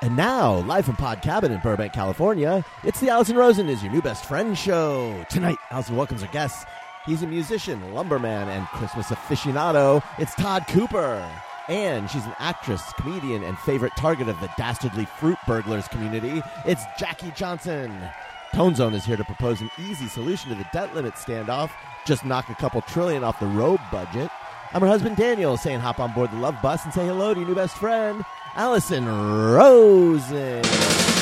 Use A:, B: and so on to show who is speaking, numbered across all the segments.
A: And now, live from Pod Cabin in Burbank, California, it's the Allison Rosen is your new best friend show. Tonight, Allison welcomes her guests. He's a musician, lumberman, and Christmas aficionado. It's Todd Cooper. And she's an actress, comedian, and favorite target of the dastardly fruit burglars community. It's Jackie Johnson. Tone Zone is here to propose an easy solution to the debt limit standoff. Just knock a couple trillion off the road budget. I'm her husband Daniel, saying hop on board the love bus and say hello to your new best friend, Allison Rosen.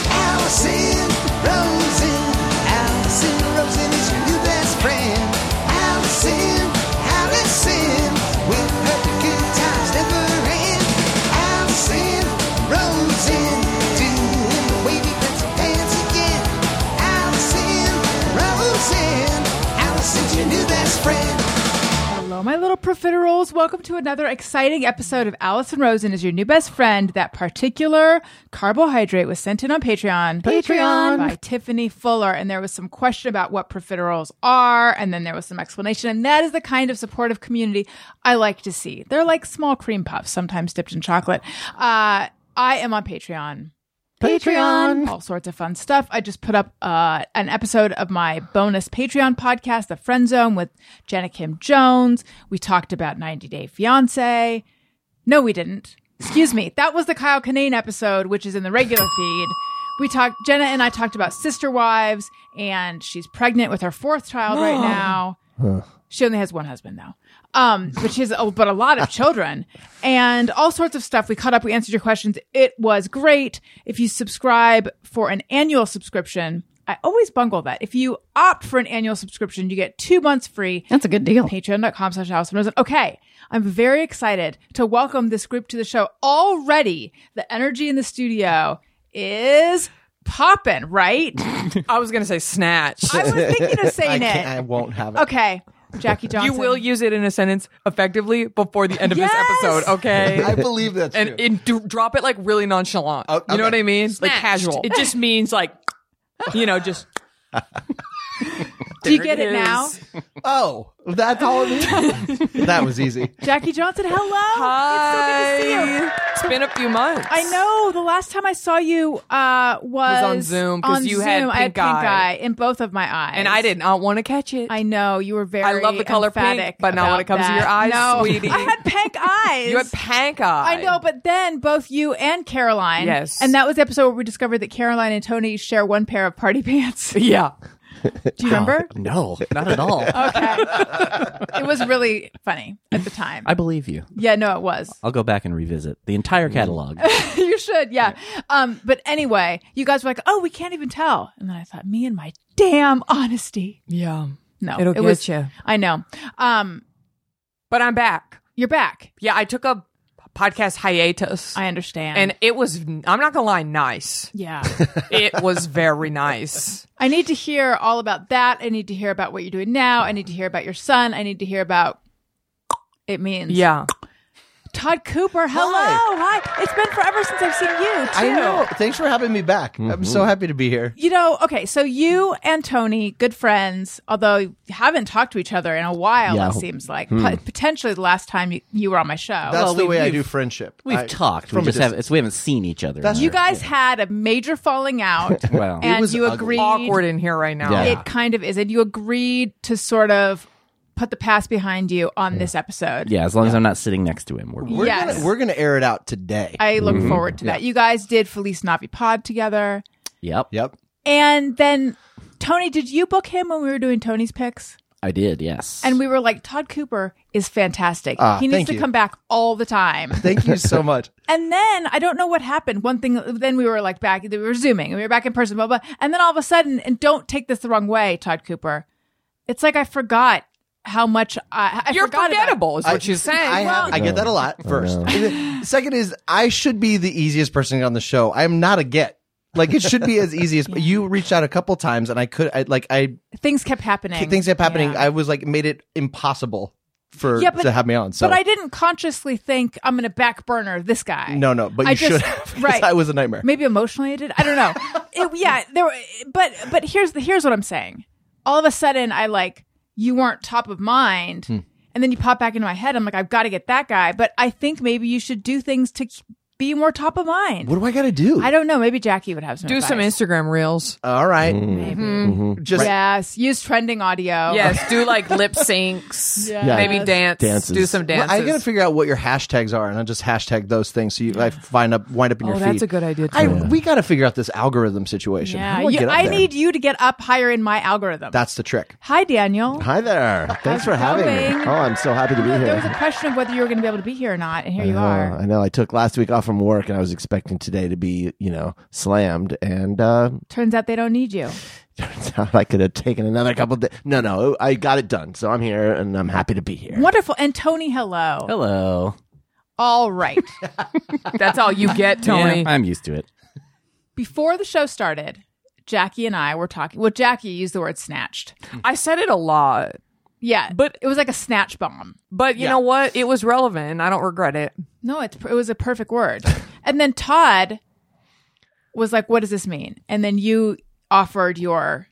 B: Allison Rosen. Allison Rosen is your new best friend. Allison, Allison, with her good times never end. Allison Rosen, doing the wavy pencil pants again. Allison Rosen. Allison's your new best friend.
C: Hello, my little profiteroles. Welcome to another exciting episode of Allison Rosen is your new best friend. That particular carbohydrate was sent in on Patreon.
D: Patreon.
C: By Tiffany Fuller. And there was some question about what profiteroles are. And then there was some explanation. And that is the kind of supportive community I like to see. They're like small cream puffs, sometimes dipped in chocolate. Uh, I am on Patreon.
D: Patreon.
C: All sorts of fun stuff. I just put up uh, an episode of my bonus Patreon podcast, The Friend Zone, with Jenna Kim Jones. We talked about 90 Day Fiance. No, we didn't. Excuse me. That was the Kyle Kinane episode, which is in the regular feed. We talked, Jenna and I talked about sister wives, and she's pregnant with her fourth child right now. She only has one husband though. Um, but she has a, but a lot of children and all sorts of stuff. We caught up. We answered your questions. It was great. If you subscribe for an annual subscription, I always bungle that. If you opt for an annual subscription, you get two months free.
D: That's a good deal.
C: Patreon.com slash Allison Rosen. Okay. I'm very excited to welcome this group to the show. Already the energy in the studio is popping, right?
E: I was going to say snatch.
C: I was thinking of saying
A: can't- I
C: it.
A: won't have it.
C: Okay. Jackie Johnson.
E: you will use it in a sentence effectively before the end of
C: Yes!
E: this episode, okay?
F: I believe that's
E: and
F: true.
E: and do, drop it like really nonchalant.
F: Oh,
E: You know what
F: okay.
E: I mean? Like casual. It just means like, you know, just
C: Do you
E: There
C: get
E: it
C: it, now?
E: is.
F: oh, that's all it is. that was easy.
C: Jackie Johnson, hello.
E: hi.
C: It's so good to see you.
E: It's been a few months.
C: I know the last time I saw you uh, was,
E: on Zoom, 'cause
C: on
E: you had
C: Zoom. I had
E: pink
C: pink
E: eye.
C: eye in both of my eyes,
E: And I did not want to catch it.
C: I know you were very.
E: I love the color pink,
C: emphatic
E: but not when it
C: about
E: comes to your
C: that.
E: eyes,
C: no.
E: sweetie.
C: I had pink eyes.
E: you had pank eye.
C: I know, but then both you and Caroline.
E: Yes.
C: And that was the episode where we discovered that Caroline and Tony share one pair of party pants.
E: Yeah.
C: Do you remember? Uh,
A: No, not at all.
C: okay. it was really funny at the time.
G: I believe you.
C: yeah, no, it was.
G: I'll go back and revisit the entire catalog.
C: you should, yeah. Um, but anyway, you guys were like, "Oh, we can't even tell," and then I thought, "Me and my damn honesty."
E: Yeah.
C: No,
E: It'll get
C: was,
E: you.
C: I know. Um,
E: But I'm back.
C: you're back.
E: Yeah, I took a podcast hiatus.
C: I understand.
E: and it was, I'm not going to lie, nice.
C: yeah,
E: It was very nice.
C: I need to hear all about that. I need to hear about what you're doing now. I need to hear about your son. I need to hear about. It means
E: Yeah.
C: Todd Cooper. Hello, hi. It's been forever since I've seen you. Too.
F: I know. Thanks for having me back. I'm so happy to be here.
C: You know, okay, so you and Tony, good friends, although you haven't talked to each other in a while,
G: Yeah. Hmm.
C: it seems like. Po- potentially the last time you, you were on my show.
F: That's the
G: we've-
F: way I
G: we've-
F: do friendship.
G: We've
F: I-
G: talked. We
F: from a
G: just haven't.
F: distance.
G: It's, we haven't seen each other.
F: That's-
G: in
C: you
G: there.
C: guys had a major falling out,
G: Well,
C: and
F: was
C: you
F: ugly.
C: agreed.
E: awkward in here right now.
G: Yeah.
C: It kind of is. And you agreed to sort of put the past behind you on this episode.
G: yeah. As long as I'm not sitting next to him, we're.
F: We're
C: Yes.
F: gonna, we're gonna air it out today.
C: I
G: Mm-hmm.
C: look forward to that. You guys did Felice Navi Pod together.
G: Yep.
F: yep.
C: And then, Tony, did you book him when we were doing Tony's picks?
G: I did. Yes.
C: And we were like, Todd Cooper is fantastic.
F: Ah,
C: he needs
F: thank
C: to
F: you.
C: come back all the time.
F: Thank you so much.
C: and then I don't know what happened. One thing, then we were like back, we were zooming and we were back in person, blah, blah. And then all of a sudden, and don't take this the wrong way, Todd Cooper. It's like I forgot how much I, I
E: You're
C: forgot about-
E: forgettable, is what she's saying.
F: I,
C: Well-
F: I get that a lot. First, second is I should be the easiest person on the show. I am not a get. Like it should be as easy as you reached out a couple times, and I could. I like I
C: things kept happening.
F: things kept happening.
C: Yeah.
F: I was like made it impossible for
C: Yeah, but-
F: to have me on. So
C: But I didn't consciously think I'm going to back burner this guy.
F: no, no. But you
C: I just-
F: should have. 'cause
C: right.
F: I was a nightmare.
C: maybe emotionally I did. I don't know. It- yeah, there. were- But but here's the here's what I'm saying. All of a sudden, I like you weren't top of mind, and then you pop back into my head. I'm like, I've got to get that guy. But I think maybe you should do things to k- be more top of mind.
A: What do I got to do?
C: I don't know. Maybe Jackie would have some.
E: Do some
C: advice.
E: Instagram reels.
F: All right.
C: Mm.
F: Just
C: Yes, use trending
F: Oh.
C: audio.
E: Yes, do like lip syncs.
C: Yes.
E: Maybe dance.
G: Dances.
E: Do some
F: Well,
E: dances.
F: I got to figure out what your hashtags are, and I'll just hashtag those things so you like find up wind up in
E: Oh,
F: your feed.
E: that's a good idea. Too.
F: I, we got to figure out this algorithm situation. How
C: Yeah,
F: do I,
C: you-
F: get up
C: I
F: there?
C: need you to get up higher in my algorithm.
F: That's the trick.
C: Hi, Daniel.
A: Hi there. Thanks for having me.
C: going?
A: Oh, I'm so happy to be here.
C: There was a question of whether you were going to be able to be here or not, and here you
D: Uh,
A: I know,
C: are.
A: I know. I took last week off from work, and I was expecting today to be, you know, slammed. And uh,
C: Turns out they don't need you.
A: turns out I could have taken another couple days. No, no, I got it done. So I'm here, and I'm happy to be here.
C: Wonderful. And Tony, hello.
G: Hello.
C: All right.
E: That's all you get, Tony.
G: Yeah, I'm used to it.
C: Before the show started, Jackie and I were talking. Well, Jackie used the word snatched.
E: I said it a lot,
C: Yeah,
E: But-
C: it was like a snatch bomb.
E: but you know what? It was relevant. and I don't regret it.
C: No, it's, it was a perfect word. and then Todd was like, "What does this mean?" And then you offered your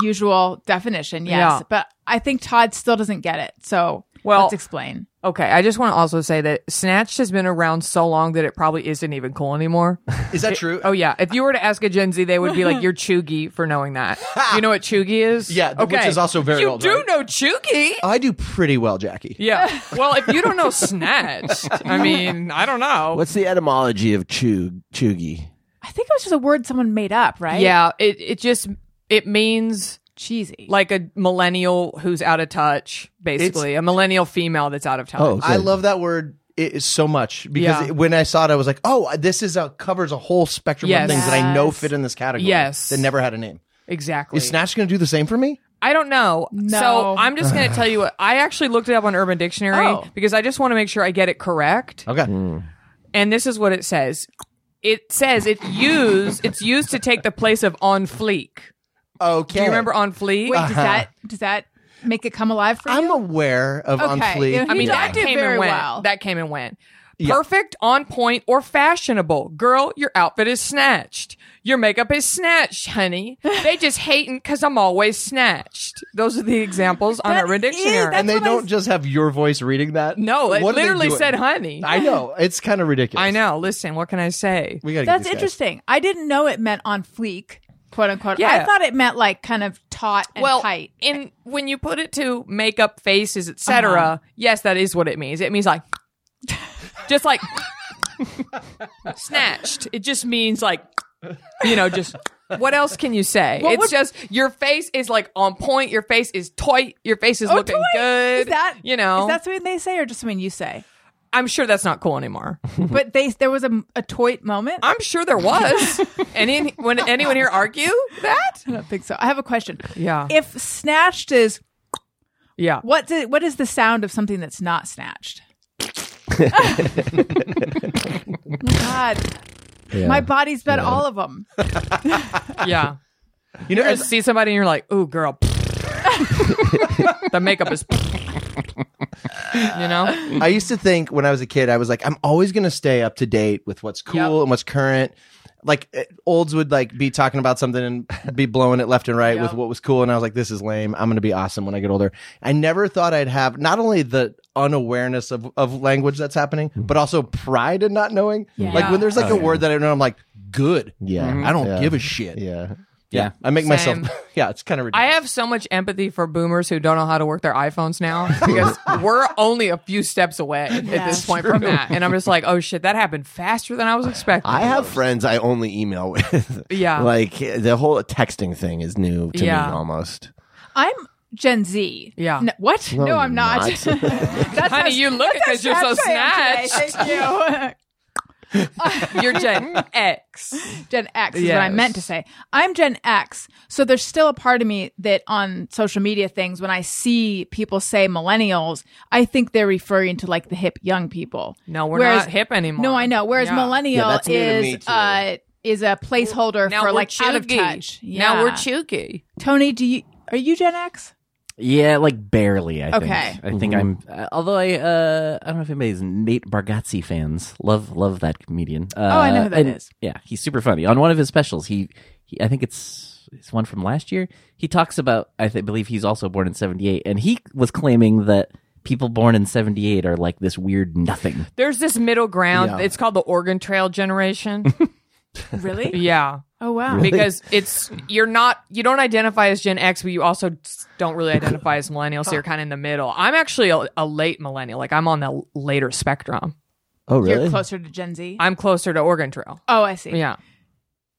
C: usual definition. Yes,
E: Yeah.
C: but I think Todd still doesn't get it. So
E: Well-
C: let's explain.
E: Okay, I just want to also say that Snatched has been around so long that it probably isn't even cool anymore.
F: Is that true?
E: Oh yeah, if you were to ask a Gen Z, they would be like, "You're chuggy for knowing that." you know what chuggy is?
F: Yeah, th- which is also very
E: You
F: old,
E: do
F: right?
E: know chuggy?
F: I do pretty well, Jackie.
E: Yeah. Well, if you don't know Snatched, I mean, I don't know.
A: What's the etymology of chug chuggy?
C: I think it was just a word someone made up, right?
E: Yeah, it it just it means
C: cheesy.
E: like a millennial who's out of touch, basically a millennial female that's out of touch.
A: Oh,
F: I love that word i- so much because
E: Yeah.
F: it- when I saw it, I was like, "Oh, this is a covers a whole spectrum
E: Yes.
F: of things that I know
C: Yes.
F: fit in this category.
E: Yes.
F: that never had a name.
E: exactly.
F: Is Snatch going to do the same for me?
E: I don't know.
C: No.
E: So I'm just going to tell you what I actually looked it up on Urban Dictionary
C: Oh.
E: because I just want to make sure I get it correct.
F: Okay,
E: And this is what it says. It says it used it's used to take the place of on fleek.
F: okay.
E: Do you remember on fleek?
C: Wait, does that does that make it come alive for
F: I'm
C: you?
F: aware of on
C: Okay,
F: Fleek.
C: yeah,
E: I mean,
C: He
E: that
C: did
E: came
C: very
E: and went.
C: well.
E: That came and went. Perfect, on point, or fashionable. Girl, your outfit is snatched. Your makeup is snatched, honey. They just hating because I'm always snatched. Those are the examples on
C: That
E: Urban
C: is-
E: Dictionary.
C: that's-
F: and they
C: what I
F: don't
C: s-
F: just have your voice reading that.
E: no, it
F: What are they
E: literally
F: doing?
E: said honey.
F: I know it's kind of ridiculous.
E: I know. Listen, what can I say?
F: We got
C: That's interesting. I didn't know it meant on fleek, quote unquote. I
E: Yeah.
C: thought it meant like kind of taut and
E: well,
C: tight.
E: in when you put it to makeup faces, etc.,
C: Uh-huh.
E: yes, that is what it means. It means like, just like snatched. It just means like, you know, just what else can you say? it's
C: would-
E: just your face is like on point. Your face is tight. Your face is
C: Oh,
E: looking
C: toy!
E: good.
C: Is that
E: you know?
C: Is that something they say or just something you say?
E: I'm sure that's not cool anymore.
C: but they there was a, a toy moment.
E: I'm sure there was. Any when anyone here argue that?
C: I don't think so. I have a question.
E: Yeah.
C: If snatched is
E: Yeah.
C: what? Do, what is the sound of something that's not snatched? Oh God, my body's been all of them.
E: Yeah. You know, just see somebody and you're like, "Ooh, girl." the makeup is You know?
F: I used to think when I was a kid, I was like, I'm always going to stay up to date with what's cool and what's current. Like eh, olds would like be talking about something and be blowing it left and right with what was cool, and I was like, "This is lame. I'm going to be awesome when I get older." I never thought I'd have not only the unawareness of, of language that's happening, but also pride in not knowing. Like when there's like a word that I know, I'm like, "Good.
A: Yeah.
F: I don't
A: Yeah.
F: give a shit."
A: Yeah.
G: Yeah.
F: I make
E: Mm-hmm. Same.
F: myself. Yeah, it's kind of
E: I
F: ridiculous.
E: have so much empathy for boomers who don't know how to work their iPhones now because we're only a few steps away at this point from that. And I'm just like, "Oh shit, that happened faster than I was expecting."
A: I have friends I only email with.
E: Yeah.
A: Like the whole texting thing is new to
E: Yeah.
A: me almost.
C: I'm Gen Z.
E: Yeah.
C: No- what? No,
A: you're
C: I'm not.
A: not.
C: that's
E: Honey, you look it because you're so
C: snatched.
E: snatched.
C: Thank you.
E: You're Gen X.
C: Gen X is what I meant to
E: Yes.
C: say. I'm Gen X, so there's still a part of me that on social media things, when I see people say millennials, I think they're referring to like the hip young people.
E: No, we're
C: Whereas-
E: not hip anymore.
C: No, I know. Whereas
E: Yeah.
A: Yeah,
C: millennial
A: that's new to me,
C: is
A: too.
C: uh is a placeholder
E: Now
C: for
E: we're
C: like out of
E: chuggy.
C: touch.
E: Now we're
C: Yeah.
E: chuggy.
C: Tony, do you are you Gen X?
G: Yeah, like barely. I
C: Okay.
G: think. I think I'm. Uh, although I, uh, I don't know if anybody's Nate Bargatze fans. Love, love that comedian. Uh,
C: Oh, I know who that
G: and-
C: is.
G: Yeah, he's super funny. On one of his specials, he, he I think it's it's one from last year. He talks about. I th- believe he's also born in '78, and he was claiming that people born in 78 are like this weird nothing.
E: There's this middle ground.
F: Yeah.
E: It's called the Oregon Trail generation.
C: Really?
E: yeah.
C: Oh wow.
E: Because it's you're not you don't identify as Gen X, but you also don't really identify as millennial, so you're kind of in the middle. I'm actually a, a late millennial, like I'm on the l- later spectrum.
D: Oh,
C: You're
D: really?
C: closer to Gen Z.
E: I'm closer to Oregon Trail.
C: oh, I see.
E: Yeah,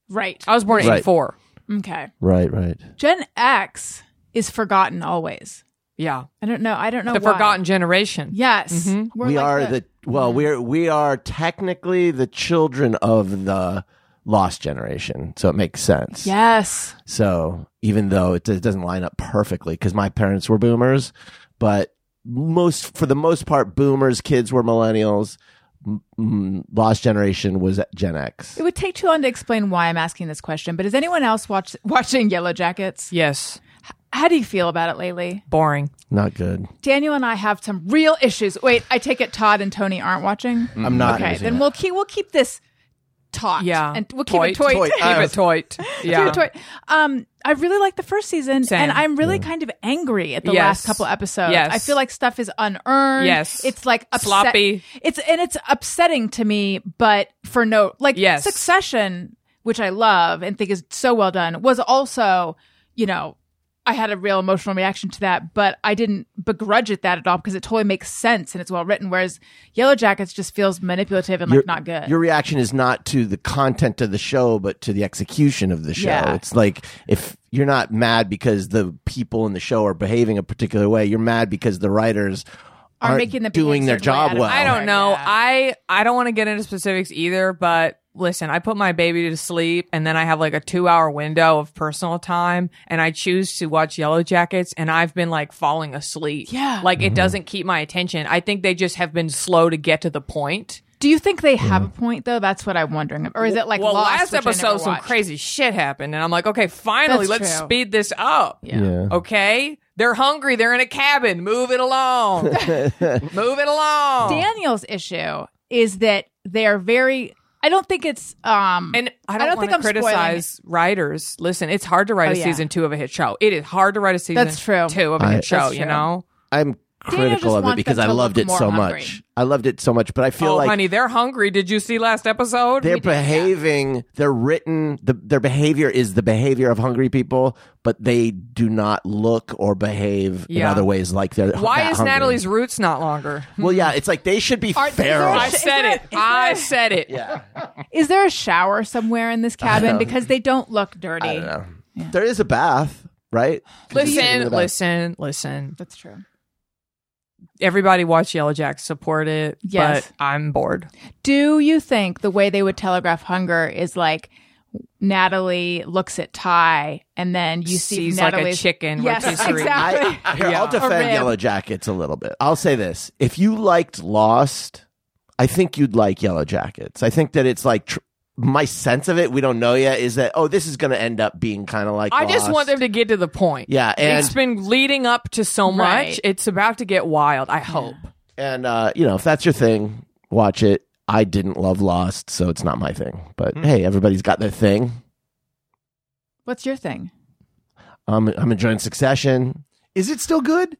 C: Right.
E: I was born in
D: Right.
E: '84.
C: Okay.
D: Right, right.
C: Gen X is forgotten always.
E: Yeah,
C: I don't know. I don't know
E: the
C: why.
E: forgotten generation.
C: Yes.
E: Mm-hmm.
C: We're
D: we
C: like Mm.
D: are the, well, we're we are technically the children of the lost generation, so it makes sense.
C: Yes.
D: So even though it, it doesn't line up perfectly, because my parents were boomers, but most for the most part, boomers kids were millennials. M- m- lost generation was Gen X.
C: It would take too long to explain why I'm asking this question, but is anyone else watch, watching Yellow Jackets?
E: Yes,
C: How do you feel about it lately?
E: boring.
D: Not good.
C: Daniel and I have some real issues. Wait, I take it Todd and Tony aren't watching.
D: Mm,
F: I'm not.
C: okay, then we'll keep we'll keep this taut.
E: Yeah,
C: and we'll keep it
E: Toit.
C: toit.
E: Keep it toit. Yeah,
C: Keep it toit. Um, I really like the first season,
E: Same.
C: and I'm really kind of angry at the
E: Yes.
C: last couple episodes.
E: Yes.
C: I feel like stuff is unearned.
E: Yes.
C: it's like upset-
E: Sloppy.
C: It's and it's upsetting to me, but for no like
E: Yes.
C: Succession, which I love and think is so well done, was also you know. I had a real emotional reaction to that, but I didn't begrudge it that at all because it totally makes sense and it's well written. Whereas Yellow Jackets just feels manipulative and like not good.
D: Your reaction is not to the content of the show, but to the execution of the show.
C: Yeah.
D: It's like if you're not mad because the people in the show are behaving a particular way, you're mad because the writers
C: Are
D: aren't
C: making them behave
D: doing their
C: a certain way out
D: job
C: of
D: well.
E: I don't know.
C: Yeah.
E: I I don't want to get into specifics either, but listen, I put my baby to sleep and then I have like a 2-hour window of personal time and I choose to watch Yellow Jackets and I've been like falling asleep.
C: Yeah.
E: Like it doesn't keep my attention. I think they just have been slow to get to the point.
C: Do you think they have a point though? That's what I'm wondering. Or is it like
E: well,
C: Lost,
E: last
C: which I never
E: episode some
C: watched?
E: crazy shit happened and I'm like, "Okay, finally,
C: That's
E: let's
C: true.
E: speed this up."
D: Yeah.
E: Okay? They're hungry. They're in a cabin. Move it along. Move it along.
C: Daniel's issue is that they're very. I don't think it's. Um,
E: And I
C: I
E: don't,
C: don't
E: want
C: think
E: to
C: I'm spoiling
E: criticize writers. Listen, it's hard to write
C: Oh,
E: a
C: yeah.
E: season two of a hit show. It is hard to write a season
C: That's true.
E: two of a
D: I-
E: hit show,
C: That's
E: you
C: true.
E: know?
D: I'm
C: Daniel
D: critical
C: just
D: of it
C: wants
D: because
C: them
D: I
C: to
D: loved
C: look
D: it
C: more
D: so
C: hungry.
D: much. I loved it so much, but I feel
E: Oh,
D: like
E: honey, they're hungry. Did you see last episode?
D: they're
E: We did-
D: behaving. They're written. The, their behavior is the behavior of hungry people, but they do not look or behave in
E: Yeah.
D: other ways like they're.
E: Why
D: that
E: is
D: hungry.
E: Natalie's roots not longer?
D: Well, yeah, it's like they should be
C: Are- is there a
D: feral.
E: I
C: Isn't it-
E: said it.
C: isn't it-
E: I said it.
C: is there a shower somewhere in this cabin because they don't look dirty?
D: I don't know. There is a bath, right?
E: Listen,
D: About-
E: listen, listen.
C: That's true.
E: Everybody watch Yellow Jack, support it.
C: Yes.
E: But I'm bored.
C: Do you think the way they would telegraph hunger is like Natalie looks at Ty and then you see
E: Sees like a
C: Natalie's
E: chicken
C: Yes,
E: rotisserie.
C: exactly.
D: I, here, I'll defend
C: rib.
D: Yellow Jackets a little bit. I'll say this: if you liked Lost, I think you'd like Yellow Jackets. I think that it's like tr- my sense of it. We don't know yet. Is that oh, this is going to end up being kind of like
E: I just
D: Lost.
E: want them to get to the point.
D: Yeah, and
E: it's been leading up to so much.
C: Right.
E: It's about to get wild, I hope.
D: and uh, you know if that's your thing, watch it. I didn't love Lost, so it's not my thing. But
E: Mm.
D: hey, everybody's got their thing.
C: What's your thing?
D: I'm I'm enjoying Succession.
F: Is it still good?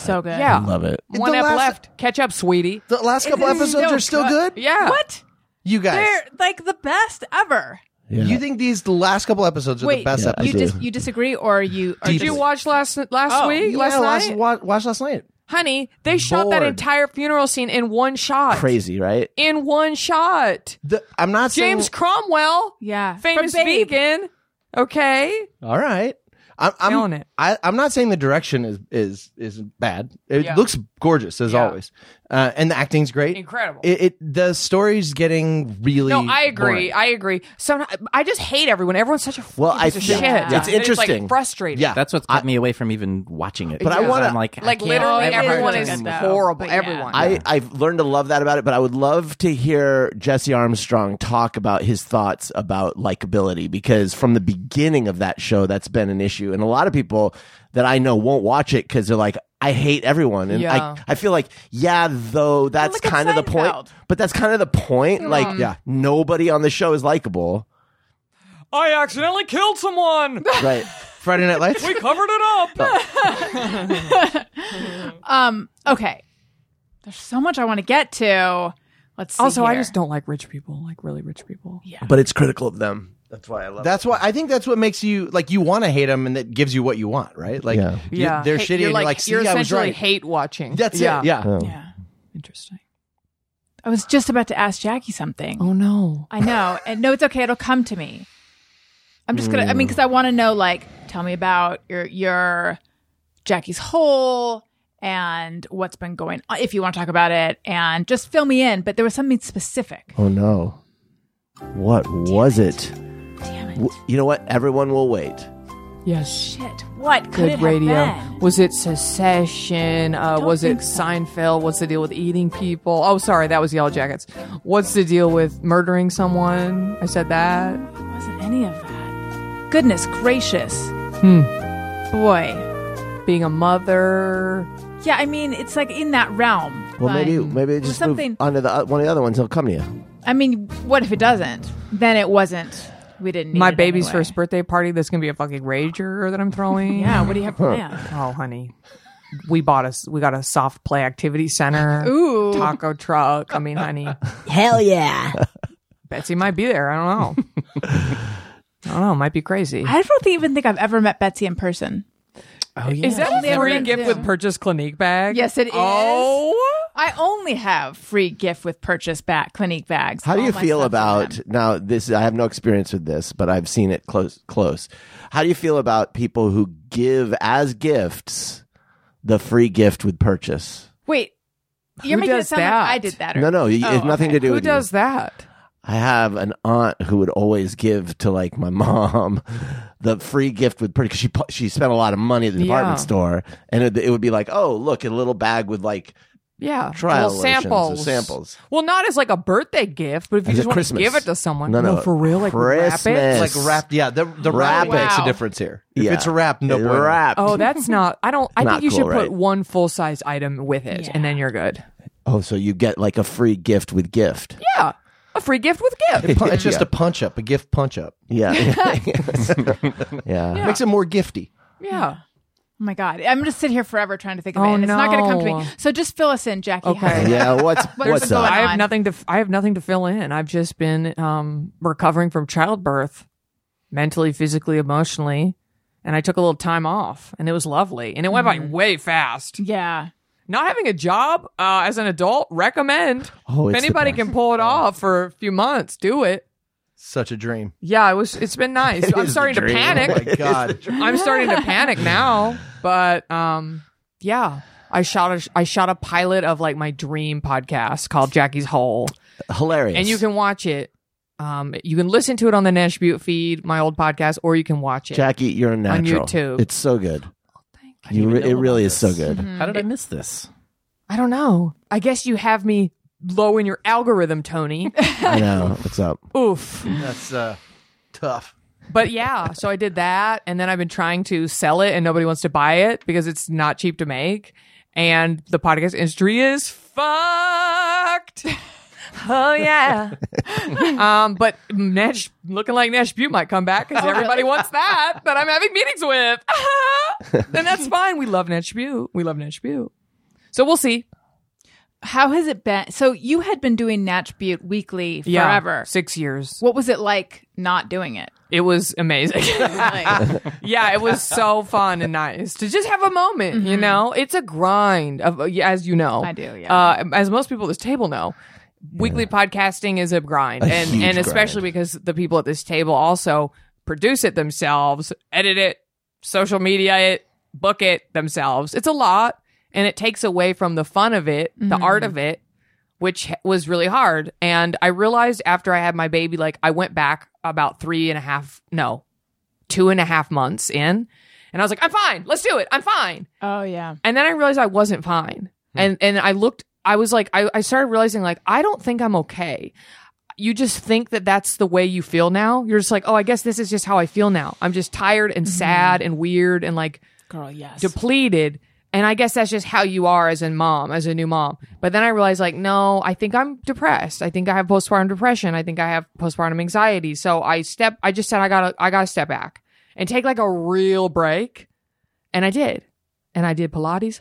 C: So good.
E: Yeah.
D: I love it.
E: One
F: The
E: ep
F: last-
E: left. Catch up, sweetie.
F: The last couple
C: Isn't it
F: episodes
C: still
F: are still
C: good?
F: good.
E: Yeah.
C: What?
F: You guys,
C: They're like the best ever.
D: Yeah.
F: you think these the last couple episodes are
C: Wait,
F: the best
D: Yeah, I
F: episodes?
C: you dis- you disagree or you? Are
E: Did you
C: just-
E: watch last last
C: Oh,
E: week?
F: Yeah,
E: last,
F: last
E: night?
F: wa- watched last night.
E: Honey, they shot that
F: Bored.
E: entire funeral scene in one shot.
D: crazy, right?
E: In one shot.
F: The, I'm not
E: James Cromwell,
C: Yeah,
E: famous
C: From Babe.
E: vegan. Okay.
F: saying. All right. I'm,
E: Killing
F: I'm,
E: it.
F: I, I'm not saying the direction is is is bad. It
E: Yeah.
F: looks gorgeous as
E: Yeah.
F: always, uh, and the acting's great.
E: Incredible.
F: It, it the story's getting really.
E: No, I agree.
F: boring.
E: I agree. So I just hate everyone. Everyone's such a
D: Well,
E: fucking
D: I
E: piece of
D: think
E: shit.
C: Yeah. it's
E: And like,
D: interesting.
E: frustrating.
D: Yeah.
G: That's what's got me away from even watching it.
D: But I
G: because
D: wanna-
G: I'm like, I
E: Like
G: can't
E: literally
G: ever
E: everyone
G: get
E: is
G: in the-
E: horrible.
C: But yeah.
E: Everyone.
D: I, I've learned to love that about it, but I would love to hear Jesse Armstrong talk about his thoughts about likability because from the beginning of that show, that's been an issue. And a lot of people that I know won't watch it because they're like, I hate everyone. And
E: Yeah.
D: I, I feel like, yeah, though that's
C: look at
D: kind of the
C: Seinfeld. Hmm.
D: point. But that's kind of the point. Like, yeah, nobody on the show is likable.
E: I accidentally killed someone.
D: Right.
F: Friday Night Lights.
E: We covered it up.
C: Okay. There's so much I want to get to. Let's see.
E: Also, I
C: here.
E: just don't like rich people, like really rich people. Yeah.
D: but it's critical of them. That's why I love.
F: That's why I think that's what makes you like you want to hate them, and that gives you what you want, right? Like,
A: Yeah.
F: you- they're shitty,
E: You're
F: and
E: like,
F: you're like, see,
E: you're
F: I was
E: essentially
F: right.
E: hate watching.
F: That's it. Yeah.
A: Oh.
C: Yeah.
E: Interesting.
C: I was just about to ask Jackie something.
E: Oh no.
C: I know. And no, it's okay. It'll come to me. I'm just going to, I
E: Hmm.
C: mean, because I want to know, like, tell me about your, your Jackie's hole and what's been going on, if you want to talk about it, and just fill me in. But there was something specific.
D: Oh no. What was it?
C: Damn it.
D: W- You know what? Everyone will wait.
E: Yes.
C: Shit. What could it
E: Good
C: have
E: radio.
C: been?
E: Was it secession? Uh, was it Seinfeld? What's the deal with eating people? Oh, sorry, that was Yellow Jackets. What's the deal with murdering someone? I said that.
C: It wasn't any of that. Goodness gracious.
D: Hmm.
C: Boy.
E: Being a mother.
C: Yeah, I mean, it's like in that realm.
D: Well,
C: but-
D: maybe maybe just
C: something-
D: move onto the o- one of the other ones. He'll come to you.
C: I mean, what if it doesn't? Then it wasn't. We didn't need
E: My
C: it
E: baby's
C: anyway.
E: first birthday party. That's gonna be a fucking rager that I'm throwing.
C: Yeah, what do you have planned?
E: Oh, honey. We bought us. We got a soft play activity center.
C: Ooh.
E: Taco truck. I mean, honey.
H: Hell yeah.
E: Betsy might be there. I don't know. I don't know. Might be crazy.
C: I don't think, even think I've ever met Betsy in person.
G: Oh yeah.
E: Is that a
C: Yeah.
E: free gift with purchase Clinique bag?
C: Yes, it is.
E: Oh,
C: I only have free gift with purchase back clinique bags.
D: How do
C: All
D: you
C: Oh, my
D: feel
C: stuff's in
D: about
C: them.
D: now? This I have no experience with this, but I've seen it close. Close. How do you feel about people who give as gifts the free gift with purchase?
C: Wait, you're
E: Who
C: making it
E: does
C: sound
E: that?
C: like I did that. Or,
D: No, no, y-
C: Oh,
D: it's nothing
C: okay.
D: to do
E: who
D: with you.
E: does that?
D: I have an aunt who would always give to like my mom the free gift with pretty because she pu- she spent a lot of money at the department
E: Yeah.
D: store and it, it would be like oh look a little bag with like
E: Yeah,
D: Trial rations or
E: Well, samples,
D: samples.
E: Well, not as like a birthday gift, but if you
D: As a
E: just want
D: Christmas.
E: to give it to someone,
D: No, no,
E: for real, like wrap it.
D: Christmas.
F: Like wrapped. Yeah. The the
D: Wrap
F: wrap makes
C: Wow.
F: a difference here. If
D: Yeah.
F: it's wrapped, no
D: It
F: bueno.
D: wrapped.
E: Oh, that's not. I don't. I
D: Not
E: think you
D: cool,
E: should
D: right?
E: put one full size item with it, and then you're good.
D: Oh, so you get like a free gift with gift.
E: Yeah, a free gift with gift.
F: Pu- It's just
D: Yeah.
F: a punch up, a gift punch up.
D: Yeah. yeah.
F: Makes it more gifty.
E: Yeah.
C: Oh my god, I'm gonna sit here forever trying to think of
E: Oh,
C: it. and It's not gonna come to
E: no.
C: me. So just fill us in, Jackie.
E: Okay.
C: How's it?
D: Yeah. What's what's
C: going
D: up?
E: I
C: on.
E: have nothing to. f- I have nothing to fill in. I've just been um, recovering from childbirth, mentally, physically, emotionally, and I took a little time off, and it was lovely, and it went by way fast.
C: Yeah.
E: Not having a job uh, as an adult, recommend.
D: Oh,
E: if
D: it's the
E: anybody can pull it off for a few months, do it.
F: Such a dream.
E: Yeah, it was. It's been nice. I'm starting to
F: Oh my
E: panic.
F: god.
E: I'm starting to panic now. But um, yeah, I shot a I shot a pilot of like my dream podcast called Jackie's Hole.
D: Hilarious.
E: and you can watch it. Um, you can listen to it on the Nash Butte feed, my old podcast, or you can watch it.
D: Jackie, you're a natural.
E: YouTube. Oh,
D: It's so good.
E: I didn't
D: You
E: even
D: re-
E: know
D: it really
E: about
D: is so
E: this.
D: good.
G: How
C: Mm-hmm.
G: did I miss this?
E: I don't know. I guess you have me low in your algorithm, Tony.
D: I know. What's up?
E: Oof.
F: That's uh, tough.
E: But yeah, so I did that, and then I've been trying to sell it, and nobody wants to buy it because it's not cheap to make, and the podcast industry is fucked. Oh yeah. um, but Nash looking like Nash Butte might come back because everybody wants that that I'm having meetings with, and that's fine. We love Nash Butte. We love Nash Butte. So we'll see.
C: How has it been? So you had been doing Natch Butte weekly
E: Yeah,
C: forever.
E: six years.
C: What was it like not doing it?
E: It was amazing.
C: Like,
E: yeah, it was so fun and nice to just have a moment. You know, it's a grind of uh, as you know.
C: Mm-hmm. I do, yeah.
E: Uh, as most people at this table know, weekly podcasting is a grind, and
D: huge
E: and especially because the people at this table also produce it themselves, edit it, social media it, book it themselves. It's a lot, and it takes away from the fun of it, the art of it, which h- was really hard. And I realized after I had my baby, like I went back about three and a half, no, two and a half months in. And I was like, I'm fine. Let's do it. I'm fine.
C: oh yeah.
E: And then I realized I wasn't fine. And and I looked, I was like, I, I started realizing like, I don't think I'm okay. You just think that that's the way you feel now. You're just like, oh, I guess this is just how I feel now. I'm just tired and sad and weird and like
C: Girl, yes.
E: depleted. And I guess that's just how you are as a mom, as a new mom. But then I realized, like, no, I think I'm depressed. I think I have postpartum depression. I think I have postpartum anxiety. So I step, I just said, I gotta, I gotta step back. and take like a real break. And I did. And I did Pilates.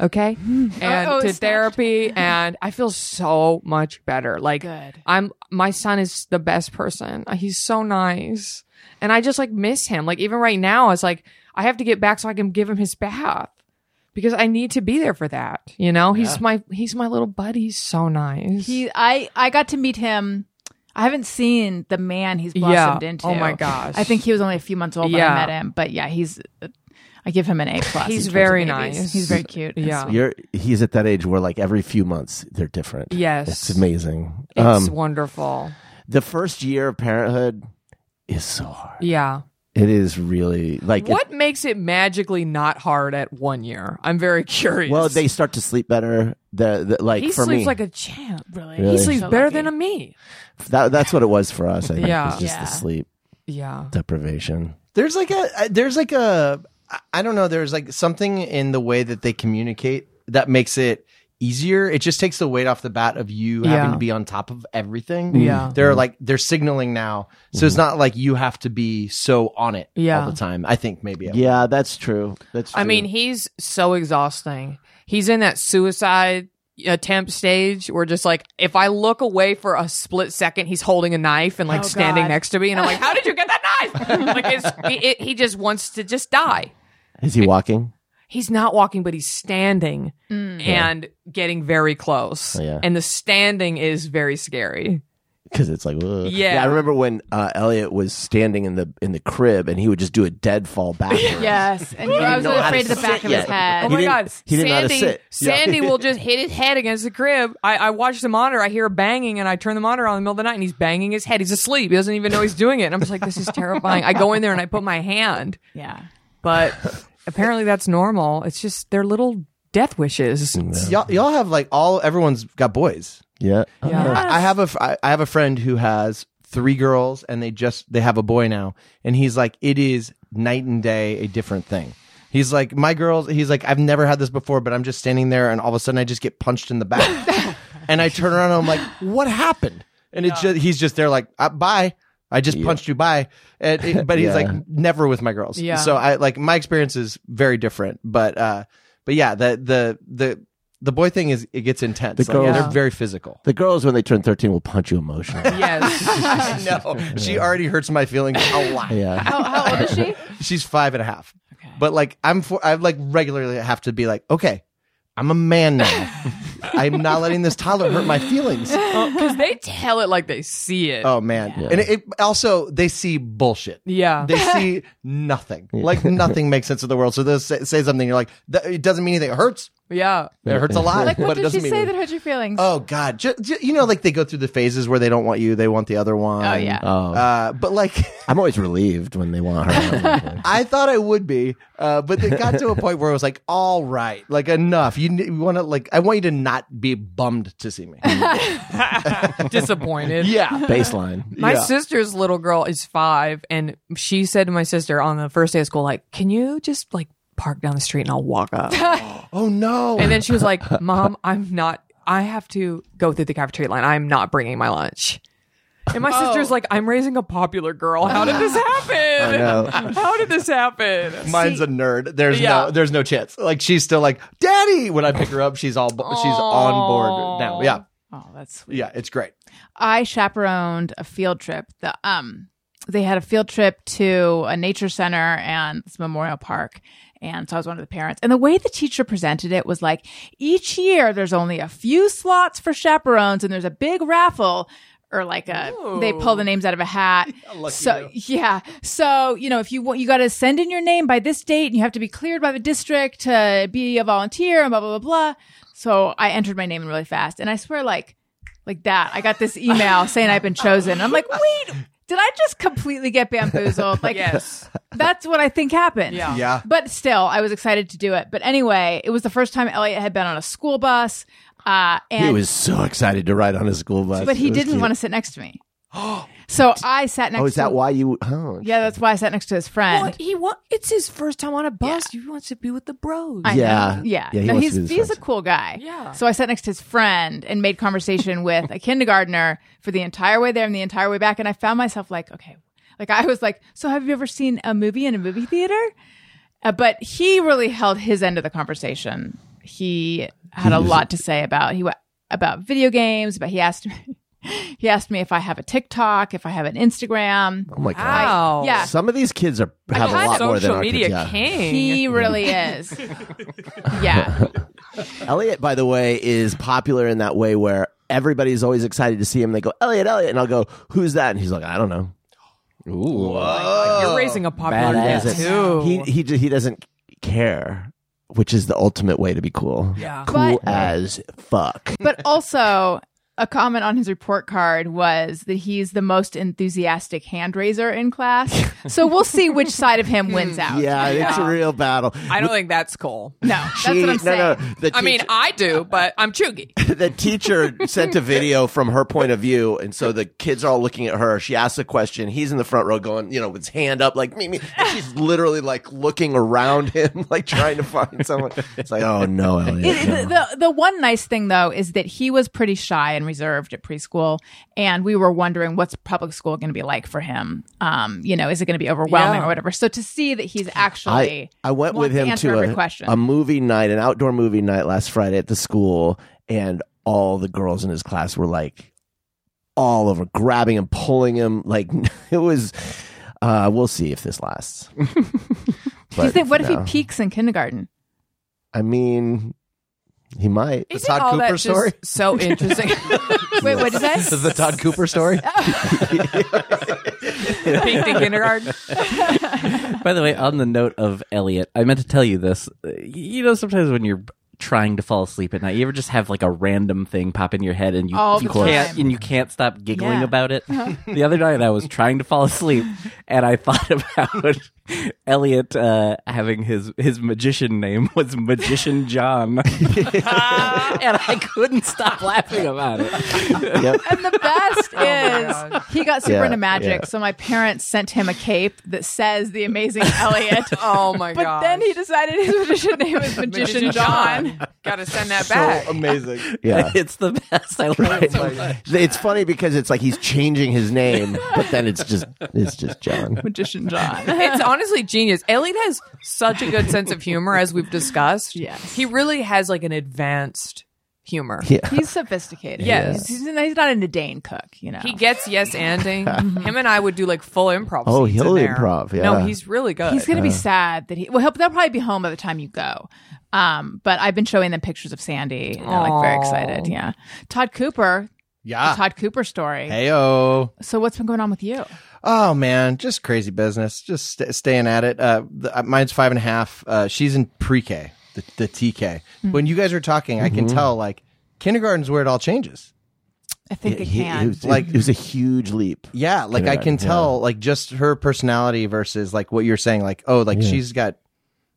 E: Okay. And
C: Uh-oh,
E: to
C: it's
E: therapy. And I feel so much better. Like
C: Good.
E: I'm my son is the best person. He's so nice. And I just like miss him. Like even right now, I was like, I have to get back so I can give him his bath. Because I need to be there for that. You know? He's my he's my little buddy. He's so nice.
C: He, I, I got to meet him. I haven't seen the man he's blossomed
E: Yeah.
C: into.
E: Oh my gosh.
C: I think he was only a few months old when
E: Yeah.
C: I met him, but yeah, he's. I give him an A plus. in
E: He's
C: terms of
E: very
C: babies.
E: nice.
C: He's very cute.
E: Yeah.
D: You're he's at that age where like every few months they're different.
E: Yes.
D: It's amazing.
E: It's
D: um,
E: wonderful.
D: the first year of parenthood is so hard.
E: Yeah.
D: It is really like it-
E: What makes it magically not hard at one year? I'm very curious.
D: well, they start to sleep better. The, the like
E: he
D: for
E: sleeps
D: me,
E: like a champ.
C: Really?
D: Really?
E: He sleeps
C: So
E: better
C: lucky.
E: than a me.
D: that, that's what it was for us. I think
E: Yeah.
D: it's just
C: Yeah.
D: the sleep
E: Yeah.
D: deprivation.
F: There's like a I- there's like a I- I don't know. There's like something in the way that they communicate that makes it easier. It just takes the weight off the bat of you having
E: Yeah. Mm.
F: to be on top of everything.
E: Yeah.
F: they're like they're signaling now, so it's not like you have to be so on it
E: Yeah.
F: all the time. I think maybe. I-
D: Yeah, that's true. That's. True.
E: I mean, he's so exhausting. He's in that suicide attempt stage where just like if I look away for a split second, he's holding a knife and like
C: Oh,
E: standing
C: God.
E: next to me, and I'm like, "How did you get that knife?" like it's, he- it, he just wants to just die.
D: is he walking?
E: he's not walking, but he's standing
C: Mm.
E: and getting very close.
D: Yeah.
E: And the standing is very scary.
D: Because it's like, ugh.
E: Yeah.
D: I remember when uh, Elliot was standing in the in the crib and he would just do a dead fall backwards.
C: Yes, and I was
D: know how to
C: afraid of the
D: sit
C: back of his
D: yet.
E: Oh
C: head.
D: He
E: my
D: didn't-
E: God.
D: he didn't know how to
E: Sandy,
D: sit. Yeah.
E: Sandy will just hit his head against the crib. I, I watch the monitor. I hear a banging and I turn the monitor on in the middle of the night and he's banging his head. He's asleep. He doesn't even know he's doing it. And I'm just like, this is terrifying. I go in there and I put my hand,
C: Yeah.
E: but apparently that's normal. It's just their little death wishes.
F: y'all, y'all have like all everyone's got boys.
D: Yeah. Uh-huh.
E: Yeah.
F: I I have a fr- I I have a friend who has three girls and they just they have a boy now and he's like it is night and day a different thing. He's like my girls he's like I've never had this before but I'm just standing there and all of a sudden I just get punched in the back. and I turn around and I'm like what happened? And it's just he's just there like uh, bye. I just punched you bye. And it- but he's
D: Yeah.
F: like never with my girls.
E: Yeah.
F: So I like my experience is very different but uh but yeah the the the the boy thing is it gets intense.
D: The
F: Like,
D: girls-
F: they're very physical.
D: The girls, when they turn 13, will punch you emotionally.
E: Yes.
F: I know. She already hurts my feelings a lot.
D: yeah.
C: How, how old is she?
F: She's five and a half. But like I'm for I like regularly have to be like, okay, I'm a man now. I'm not letting this toddler hurt my feelings.
E: Because they tell it like they see it.
F: Oh man. And it, it- also they see bullshit.
E: Yeah.
F: They see nothing. Like nothing makes sense in the world. So they'll say, say something, you're like, "That- it doesn't mean anything. It hurts.
E: yeah.
F: It hurts a lot.
C: Like, what
F: Oh, but it
C: did she
F: doesn't mean
C: say that
F: anything.
C: hurt your feelings?
F: Oh God! Ju- ju- you know, like they go through the phases where they don't want you, they want the other one.
C: Oh, yeah.
D: Oh.
F: Uh, but like,
D: I'm always relieved when they want her.
F: I thought I would be, uh, but it got to a point where I was like, "All right, like enough. You, want to like, I want you to not be bummed to see me."
E: Disappointed.
F: yeah,
D: Baseline.
E: My
F: Yeah.
E: sister's little girl is five, and she said to my sister on the first day of school, like, "Can you just like park down the street and I'll walk up?"
F: Oh no!
E: and then she was like, "Mom, I'm not. I have to go through the cafeteria line. I'm not bringing my lunch." And my sister's like, "I'm raising a popular girl. How did this happen? How did this happen?"
F: Mine's a nerd. There's
E: Yeah.
F: no, there's no chance. Like she's still like, "Daddy," when I pick her up, she's all, bo- she's on board now. Yeah,
C: Oh, that's sweet.
F: yeah, it's great.
C: I chaperoned a field trip. The um they had a field trip to a nature center and this memorial park. And so I was one of the parents. And the way the teacher presented it was like each year there's only a few slots for chaperones and there's a big raffle or like a they pull the names out of a hat. so yeah. So, you know, if you want you got to send in your name by this date and you have to be cleared by the district to be a volunteer and blah blah blah blah. So I entered my name in really fast and I swear like like that. I got this email saying I've been chosen. I'm like, wait, did I just completely get bamboozled? Like,
E: Yes.
C: that's what I think happened.
E: Yeah.
F: Yeah.
C: But still, I was excited to do it. But anyway, it was the first time Elliot had been on a school bus. Uh, and
D: He was so excited to ride on a school bus.
C: but he didn't want to sit next to me. so I sat next
D: Oh, is
C: to
D: that why you? Oh,
C: Yeah, that's why I sat next to his friend.
E: Well, he wa- It's his first time on a bus. He wants to be with the bros.
C: I
D: Yeah.
C: know. yeah.
D: Yeah, he
C: no,
D: wants to
C: he's
D: be with his
C: he's a
D: friends.
C: cool guy.
E: Yeah.
C: So I sat next to his friend and made conversation with a kindergartner for the entire way there and the entire way back, and I found myself like, okay, Like I was like, so have you ever seen a movie in a movie theater? Uh, but he really held his end of the conversation. He had a lot to say about he wa- about video games, but he asked me he asked me if I have a TikTok, if I have an Instagram.
D: Oh my god.
E: Wow.
C: Yeah.
D: Some of these kids are have a
E: God,
D: lot more than
E: social
D: our
E: media
D: kids. Yeah.
E: king.
C: He really is. yeah.
D: Elliot, by the way, is popular in that way where everybody's always excited to see him. They go, Elliot, Elliot, and I'll go, who's that? And he's like, I don't know.
E: You're raising a popular
D: Badass.
E: kid, too.
D: He he j- he doesn't care, which is the ultimate way to be cool.
E: Yeah.
D: cool
C: But-
D: as fuck.
C: But also, a comment on his report card was that he's the most enthusiastic hand raiser in class. So we'll see which side of him wins out.
D: Yeah, it's a real battle.
E: I don't think that's cool.
C: No, that's
D: She-
C: what I'm saying.
D: no, no. The
E: I mean,
D: teacher-
E: I do, but I'm Chugi.
D: the teacher sent a video from her point of view, and so the kids are all looking at her. She asks a question. He's in the front row, going, you know, with his hand up, like me, me. And she's literally like looking around him, like trying to find someone. It's like, oh no, Elliot.
C: It- it- the, the one nice thing though is that he was pretty shy and reserved at preschool, and we were wondering what's public school going to be like for him. Um, you know, is it going to be overwhelming
E: Yeah.
C: or whatever? So to see that he's
D: I,
C: actually
D: I went with
C: wants
D: him
C: answer
D: to
C: every
D: a,
C: question.
D: a movie night, an outdoor movie night last Friday at the school, and all the girls in his class were like all over grabbing him, pulling him. Like it was. Uh, we'll see if this lasts.
C: Do you think, what if
D: no.
C: he peaks in kindergarten?
D: I mean, he might.
E: Isn't
F: Todd
E: all
F: Cooper
E: that just
F: story?
E: So interesting.
C: Wait, what is
F: This is
C: that?
F: the Todd Cooper story.
E: Pink in kindergarten.
G: By the way, on the note of Elliot, I meant to tell you this. Uh, You know, sometimes when you're trying to fall asleep at night, you ever just have like a random thing pop in your head and you,
C: All
G: you
C: the time.
G: can't and you can't stop giggling
C: Yeah. Uh-huh.
G: about it. the other night, I was trying to fall asleep and I thought about Elliot uh, having his his magician name was Magician John, and I couldn't stop laughing about it.
D: Yep.
C: And the best is he got super
D: Yeah,
C: into magic,
D: yeah.
C: so my parents sent him a cape that says "The Amazing Elliot."
E: Oh my
C: but
E: god.
C: then he decided his magician name was Magician John.
E: Gotta send that back.
F: Amazing.
D: Yeah.
G: it's the best. I love it so much.
D: It's funny because it's like he's changing his name, but then it's just it's just John.
C: Magician John.
E: it's honestly genius. Elliot has such a good sense of humor, as we've discussed.
C: Yes.
E: He really has like an advanced humor.
C: He's sophisticated.
E: Yeah.
C: He's, he's not he's not into Dane Cook, you know.
E: He gets yes anding. Him and I would do like full improv.
D: Mm-hmm. Oh,
E: scenes in
D: he'll
E: there.
D: improv, yeah.
E: No, he's really good.
C: He's going
D: Uh.
C: to be sad that he, well, he'll, they'll probably be home by the time you go. Um, but I've been showing them pictures of Sandy. And they're like very
E: Aw.
C: excited. Yeah. Todd Cooper,
D: Ah.
C: the
F: Yeah.
C: Todd Cooper story.
F: Heyo.
C: So what's been going on with you?
F: Oh man, just crazy business. Just st- staying at it. Uh, the, uh, mine's five and a half. Uh, she's in pre-K, the, the TK. When you guys are talking, I
D: Mm-hmm.
F: can tell like kindergarten's where it all changes.
C: I think it
D: He- it
C: can.
D: was, like it was a huge leap.
F: Yeah, like I
D: Kindergarten,
F: can tell like just her personality versus like what you're saying. Like oh, like she's got.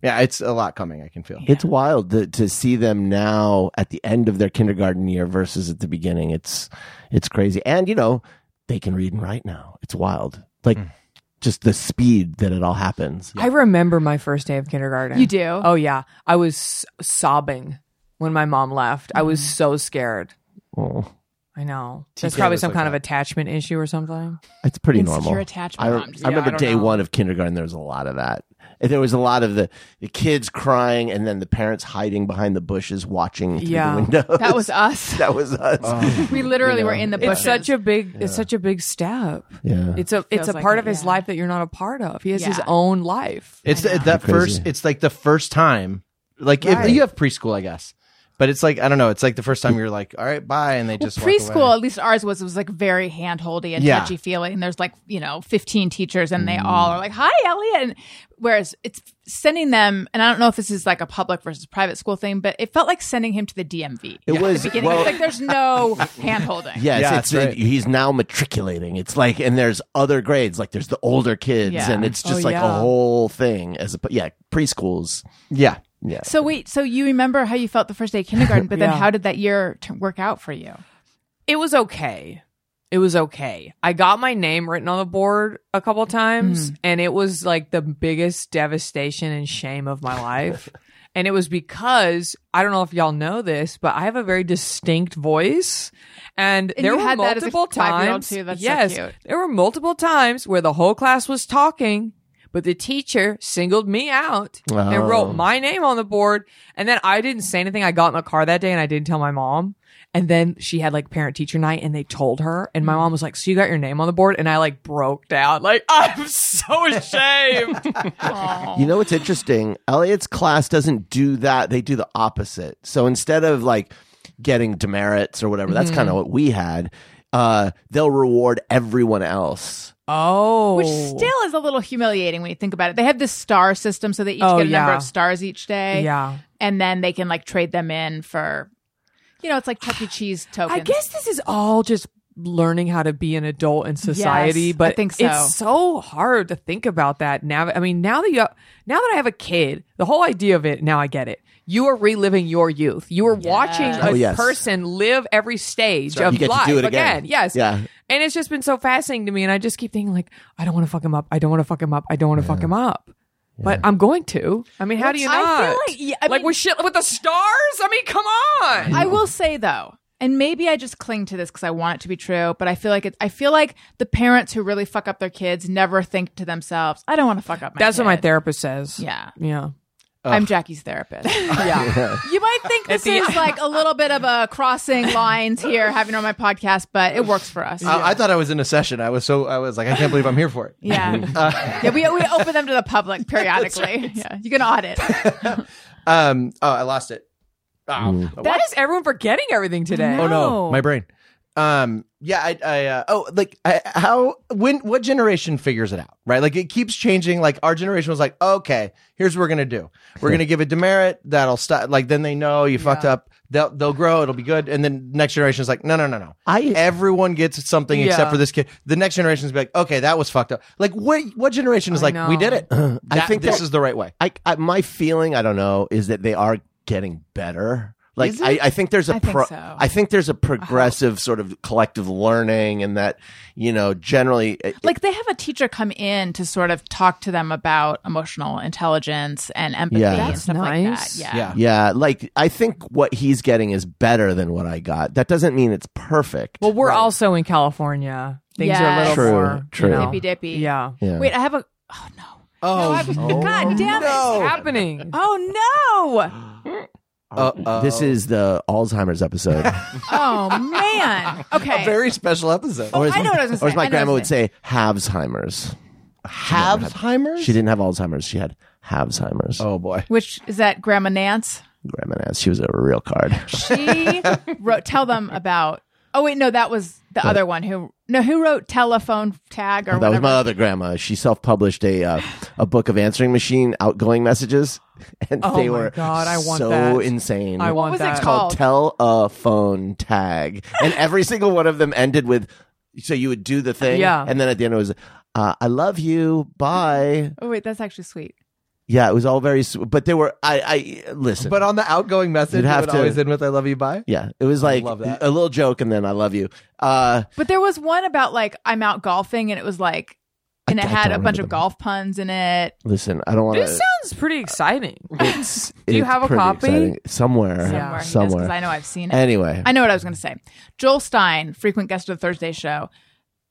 F: Yeah, it's a lot coming. I can feel.
D: It's wild to, to see them now at the end of their kindergarten year versus at the beginning. It's it's crazy, and you know they can read and write now. It's wild, like just the speed that it all happens.
E: I remember my first day of kindergarten.
C: You do?
E: Oh yeah, I was s- sobbing when my mom left. I was so scared.
D: Oh,
E: I know. That's
F: TK
E: probably
F: was
E: some
F: like
E: kind of
F: that.
E: attachment issue or something.
D: it's pretty
C: Insecure
D: normal.
C: attachment.
D: I,
C: I'm just-
D: I
E: yeah, I
D: remember
E: don't
D: day
E: know.
D: one of kindergarten. There was a lot of that. And There was a lot of the, the kids crying, and then the parents hiding behind the bushes, watching through
E: Yeah.
D: the window.
C: that was us.
D: that was us.
F: Oh.
C: we literally were in the bushes.
E: It's such a big. It's such a big step.
D: Yeah.
E: It's a. It's
C: Feels
E: a
C: like
E: part
C: it,
E: of his
C: yeah.
E: life that you're not a part of. He has his
C: Yeah.
E: own life.
F: It's the, that
D: Crazy.
F: first. It's like the first time. Like
E: Right.
F: if you have preschool, I guess. But it's like I don't know. It's like the first time you're like, all right, bye, and they just walk away.
C: preschool at least ours was was like very hand holdy and
F: Yeah.
C: touchy feely and there's like you know 15 teachers and they
E: Mm.
C: all are like hi elliot and whereas it's sending them and i don't know if this is like a public versus private school thing but it felt like sending him to the dmv
D: It was-
C: beginning.
D: well-
C: It's like there's no hand holding
D: Yes,
F: Yeah,
D: it's
F: that's right.
D: he's now matriculating. It's like and there's other grades, like there's the older kids,
C: Yeah.
D: and it's just
E: Oh,
D: like a
E: yeah.
D: whole thing. As a, but yeah, preschools.
F: Yeah.
D: Yeah,
C: so wait so you remember how you felt the first day of kindergarten but then
E: Yeah.
C: how did that year t- work out for you
E: it was okay. It was okay. I got my name written on the board a couple times, and it was like the biggest devastation and shame of my life. And it was because I don't know if y'all know this, but I have a very distinct voice. And,
C: And
E: there
C: you
E: were
C: had that as a
E: multiple
C: five-year-old,
E: times.
C: too. That's so
E: yes,
C: cute.
E: there were multiple times where the whole class was talking, but the teacher singled me out and wrote my name on the board. And then I didn't say anything. I got in the car that day and I didn't tell my mom. And then she had like parent teacher night and they told her. And my
C: Mm.
E: mom was like, So you got your name on the board? And I like broke down. Like, I'm so ashamed.
D: You know what's interesting? Elliot's class doesn't do that. They do the opposite. So instead of like getting demerits or whatever, that's
C: Mm-hmm.
D: kind of what we had. Uh, they'll reward everyone else.
E: oh.
C: Which still is a little humiliating when you think about it. They have this star system so they each
E: Oh,
C: get a number
E: yeah.
C: of stars each day.
E: Yeah.
C: And then they can like trade them in for, you know, it's like Chuck E. Cheese tokens.
E: I guess this is all just learning how to be an adult in society,
C: Yes, I
E: but
C: think so.
E: it's so hard to think about that now. I mean, now that you, now that I have a kid, the whole idea of it, now I get it. You are reliving your youth. You are watching a
D: Oh, yes.
E: person live every stage of
D: You get to
E: life
D: do it again.
E: Yes.
D: Yeah.
E: And it's just been so fascinating to me. And I just keep thinking like, I don't want to fuck him up. I don't want to fuck him up. I don't want to fuck him up. But I'm going to. I mean, how do you
C: I
E: not?
C: feel like- yeah, I
E: like
C: mean-
E: with shit with the stars. I mean, come on.
C: I will say though, and maybe I just cling to this because I want it to be true, but I feel like it, I feel like the parents who really fuck up their kids never think to themselves, "I don't want to fuck up my."
E: That's what my
C: kid."
E: therapist says.
C: Yeah,
E: Yeah.
C: I'm Jackie's therapist.
E: Yeah.
C: you might think this
E: the-
C: is like a little bit of a crossing lines here, having her on my podcast, but it works for us.
E: Uh,
F: I, I thought I was in a session. I was so I was like, I can't believe I'm here for it.
C: yeah,
E: Uh,
C: yeah. We we open them to the public periodically. Yeah, you can audit.
F: Um, oh, I lost it. Oh,
E: Why is everyone forgetting everything today?
F: oh no, my brain. Um, yeah, I, I, uh, oh, like I, how, when, what generation figures it out, right? Like it keeps changing. Like our generation was like, okay, here's what we're gonna do. We're gonna give a demerit that'll stop. Like then they know you fucked up. They'll they'll grow. It'll be good. And then next generation is like, no, no, no, no.
D: I-
F: everyone gets something
E: Yeah.
F: except for this kid. The next generation is be like, okay, that was fucked up. Like what what generation is like,
E: know.
F: we did it. I think this
D: that-
F: is the right way.
D: I, I my feeling I don't know is that they are getting better. Like I, I think there's a
C: I think
D: pro-
C: so. Uh-huh.
D: I think there's a progressive sort of collective learning, and that you know generally uh, it-
C: like they have a teacher come in to sort of talk to them about emotional intelligence and empathy
D: Yeah.
C: and
D: That's
C: stuff
E: nice.
C: like that.
F: Yeah.
D: Yeah, like I think what he's getting is better than what I got. That doesn't mean it's perfect.
E: Well, we're also in California. Things are a
C: Yes.
E: little
D: True,
E: more you
D: true.
E: know.
C: Hippy dippy.
E: Yeah.
D: yeah.
C: Wait, I have a. Oh no.
F: Oh,
C: God damn it.
E: Happening.
C: Oh no.
F: uh-oh.
D: this is the Alzheimer's episode.
C: Oh man. Okay.
F: very special episode.
C: Oh, I know what I was gonna
D: or as
C: say.
D: my
C: I know
D: grandma
C: what I
D: would
C: was gonna
D: say, Havesheimer's.
F: Habsheimer's?
D: She didn't have Alzheimer's. She had Havesheimer's.
F: Oh boy.
C: Which is that Grandma Nance?
D: Grandma Nance. She was a real card.
C: She wrote. Tell them about. Oh wait, no, that was the other one who. No, who wrote telephone tag or
D: Oh, that was
C: whatever?
D: my other grandma. She self published a uh, a book of answering machine outgoing messages, and
E: Oh
D: they
E: my
D: were
E: God, I want
D: so
E: that.
D: insane.
E: I want Oh.
C: was it
E: that.
D: It's called Tell a Phone Tag. And every single one of them ended with so you would do the thing.
E: Yeah.
D: And then at the end it was, uh, I love you. Bye.
C: Oh wait, that's actually sweet.
D: Yeah, it was all very, sw- but there were, I, I, listen.
F: But on the outgoing message,
D: You'd
F: it
D: have
F: would
D: to-
F: always end with "I love you." Bye.
D: yeah, it was like
F: love that.
D: a little joke and then I love you. Uh,
C: But there was one about like I'm out golfing and it was like, and it
D: I
C: had
D: don't
C: a bunch
D: remember
C: of
D: them.
C: golf puns in it.
D: listen, I don't want
E: This
D: to.
E: sounds pretty exciting.
D: It's,
E: Do you
D: it's
E: have a
D: pretty
E: copy?
D: exciting. Somewhere.
C: somewhere. he does, 'cause
D: Somewhere.
C: I know I've seen it.
D: Anyway.
C: I know what I was going to say. Joel Stein, frequent guest of the Thursday show,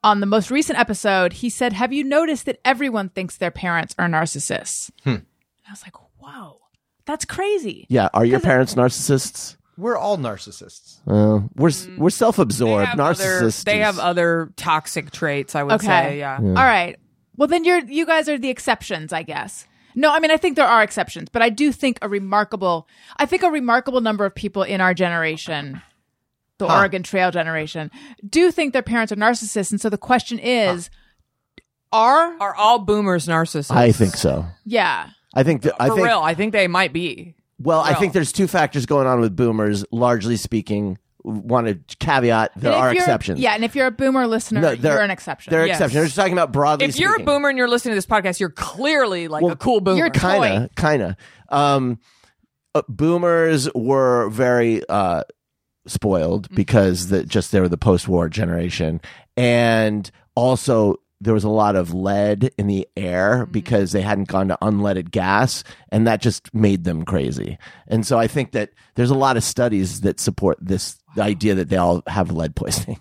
C: on the most recent episode, he said, "Have you noticed that everyone thinks their parents are narcissists?" And I was like, "Whoa, that's crazy."
D: yeah, are your parents narcissists?
F: We're all narcissists.
D: Uh, we're s we're self absorbed narcissists.
E: Other, Mm, they have other toxic traits, I would
C: Okay.
E: say. Yeah.
C: All right. Well, then you're you guys are the exceptions, I guess. No, I mean I think there are exceptions, but I do think a remarkable I think a remarkable number of people in our generation, the Oregon Trail generation, do think their parents are narcissists, and so the question is are
E: Are all boomers narcissists?
D: I think so.
C: yeah.
D: I think that I
E: For
D: think
E: real, I think they might be.
D: Well, I
E: Well-
D: think there's two factors going on with boomers, largely speaking. Want to caveat there
C: And if
D: are
C: you're-
D: exceptions.
C: Yeah, and if you're a boomer listener,
D: No, they're-
C: you're an exception.
D: There are
E: Yes.
D: exceptions. I'm just talking about broadly
E: If you're a
D: speaking.
E: boomer and you're listening to this podcast, you're clearly like
D: Well,
E: a cool boomer.
C: you're a toy.
D: kinda, kinda. Um, uh, boomers were very uh,
E: Mm-hmm.
D: spoiled because the, just they were the post-war generation, and also there was a lot of lead in the
E: Mm-hmm.
D: air because they hadn't gone to unleaded gas, and that just made them crazy. And so I think that there's a lot of studies that support this idea that they all have lead poisoning.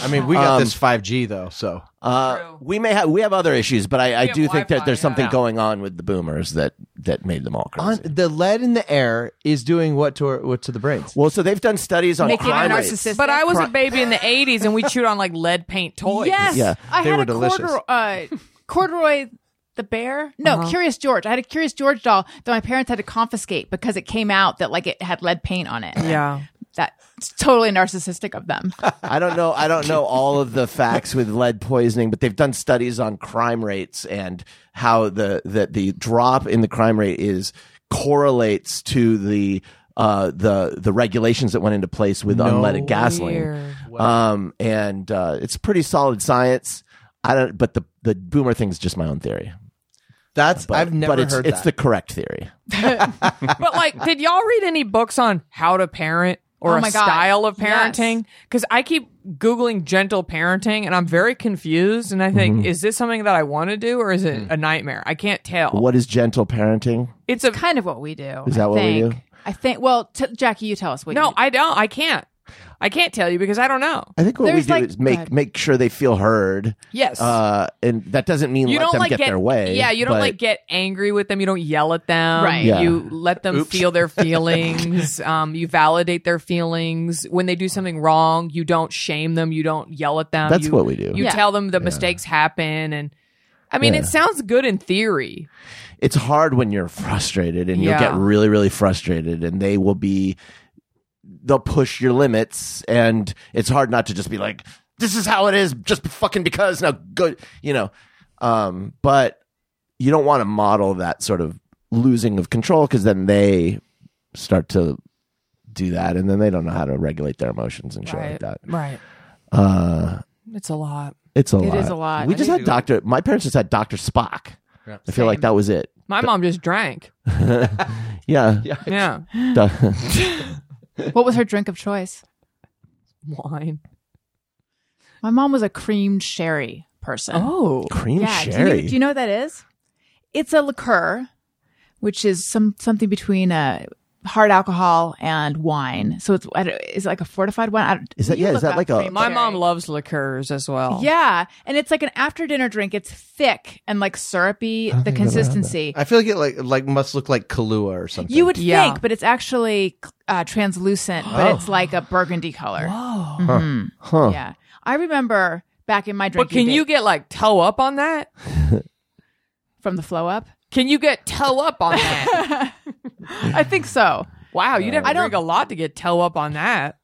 F: I mean, we got
D: Um,
F: this 5G though, so
D: Uh,
E: True.
D: we may have we have other issues, but I, I
E: We have
D: do think that
E: Wi-Fi,
D: there's something
E: yeah.
D: going on with the boomers that that made them all
F: on,
D: crazy.
F: the lead in the air is doing what to our, what to the brains?
D: well, so they've done studies on
C: Making
D: crime
C: it
D: rates.
C: narcissistic.
E: But I was a baby in the 80s and we chewed on like lead paint toys.
C: Yes,
D: Yeah,
C: I
F: they
C: had
F: were
C: a
F: delicious.
C: corduroy, uh, corduroy the bear. No,
E: Uh-huh.
C: Curious George. I had a Curious George doll that my parents had to confiscate because it came out that like it had lead paint on it.
E: Yeah.
C: That's totally narcissistic of them.
D: I don't know. I don't know all of the facts with lead poisoning, but they've done studies on crime rates and how the that the drop in the crime rate is correlates to the uh, the the regulations that went into place with unleaded gasoline. Um, and uh, it's pretty solid science. I don't, but the the boomer thing is just my own theory.
F: That's
D: But,
F: I've never
D: but it's,
F: heard
D: it's the
F: that.
D: correct theory.
E: But like, did y'all read any books on how to parent or
C: Oh
E: a
C: my God.
E: style of
C: Yes.
E: parenting? Because I keep googling gentle parenting, and I'm very confused. And I think,
D: Mm-hmm.
E: is this something that I want to do, or is it a nightmare? I can't tell.
D: Mm. What is gentle parenting?
E: It's a
C: kind of what we do.
D: Is that
C: I
D: what we
C: think.
D: do?
C: I think. Well, t- Jackie, you tell us what.
E: no.
C: you
E: I don't. I can't. I can't tell you because I don't know.
D: I think what we
C: There's
D: do
C: like-
D: is
C: go ahead.
D: make make sure they feel heard.
E: Yes.
D: Uh, and that doesn't mean
E: you
D: let
E: don't
D: them
E: like
D: get, their way.
E: Yeah, you don't
D: but-
E: like get angry with them. You don't yell at them.
C: Right.
D: Yeah.
E: You let them feel their feelings. um, you validate their feelings when they do something wrong. You don't shame them. You don't yell at them.
D: That's
E: You-
D: what we do.
E: You
C: Yeah.
E: tell them the mistakes happen, and I mean, it sounds good in theory.
D: it's hard when you're frustrated and you'll
E: Yeah.
D: get really really frustrated and they will be they'll push your limits and it's hard not to just be like this is how it is just fucking because now good you know um but you don't want to model that sort of losing of control because then they start to do that and then they don't know how to regulate their emotions and shit like that
E: Right.
D: uh
E: It's a lot.
D: it's a
C: It
D: lot
C: is a lot.
D: we
C: I
D: just had doctor my parents just had dr spock i feel like that was it
E: My mom just drank.
D: yeah,
E: Yeah.
D: Duh.
C: do. What was her drink of choice?
E: Wine.
C: My mom was a creamed sherry person.
E: Oh.
D: cream
C: yeah. do you- Do
D: sherry.
C: you, know what that is? It's a liqueur, which is some something between a hard alcohol and wine. So it's I don't- is it like a fortified wine. I don't-
D: Is that-
C: you
D: yeah, is
C: look
D: that
C: up
D: like a-
C: creamed
E: My
C: sherry.
E: mom loves liqueurs as well.
C: Yeah, and it's like an after dinner drink. It's thick and like syrupy. The consistency.
F: I feel like it like like must look like Kahlua or something.
C: You would
E: Yeah.
C: think, but it's actually uh, translucent, but it's like a burgundy color.
E: Oh.
C: Mhm.
D: Huh.
C: Yeah, I remember back in my
E: But
C: drinking.
E: can you
C: days-
E: get like toe up on that?
C: from the flow up?
E: Can you get toe up on that?
C: I think so.
E: Wow, you'd have to
C: I don't-
E: drink a lot to get toe up on that.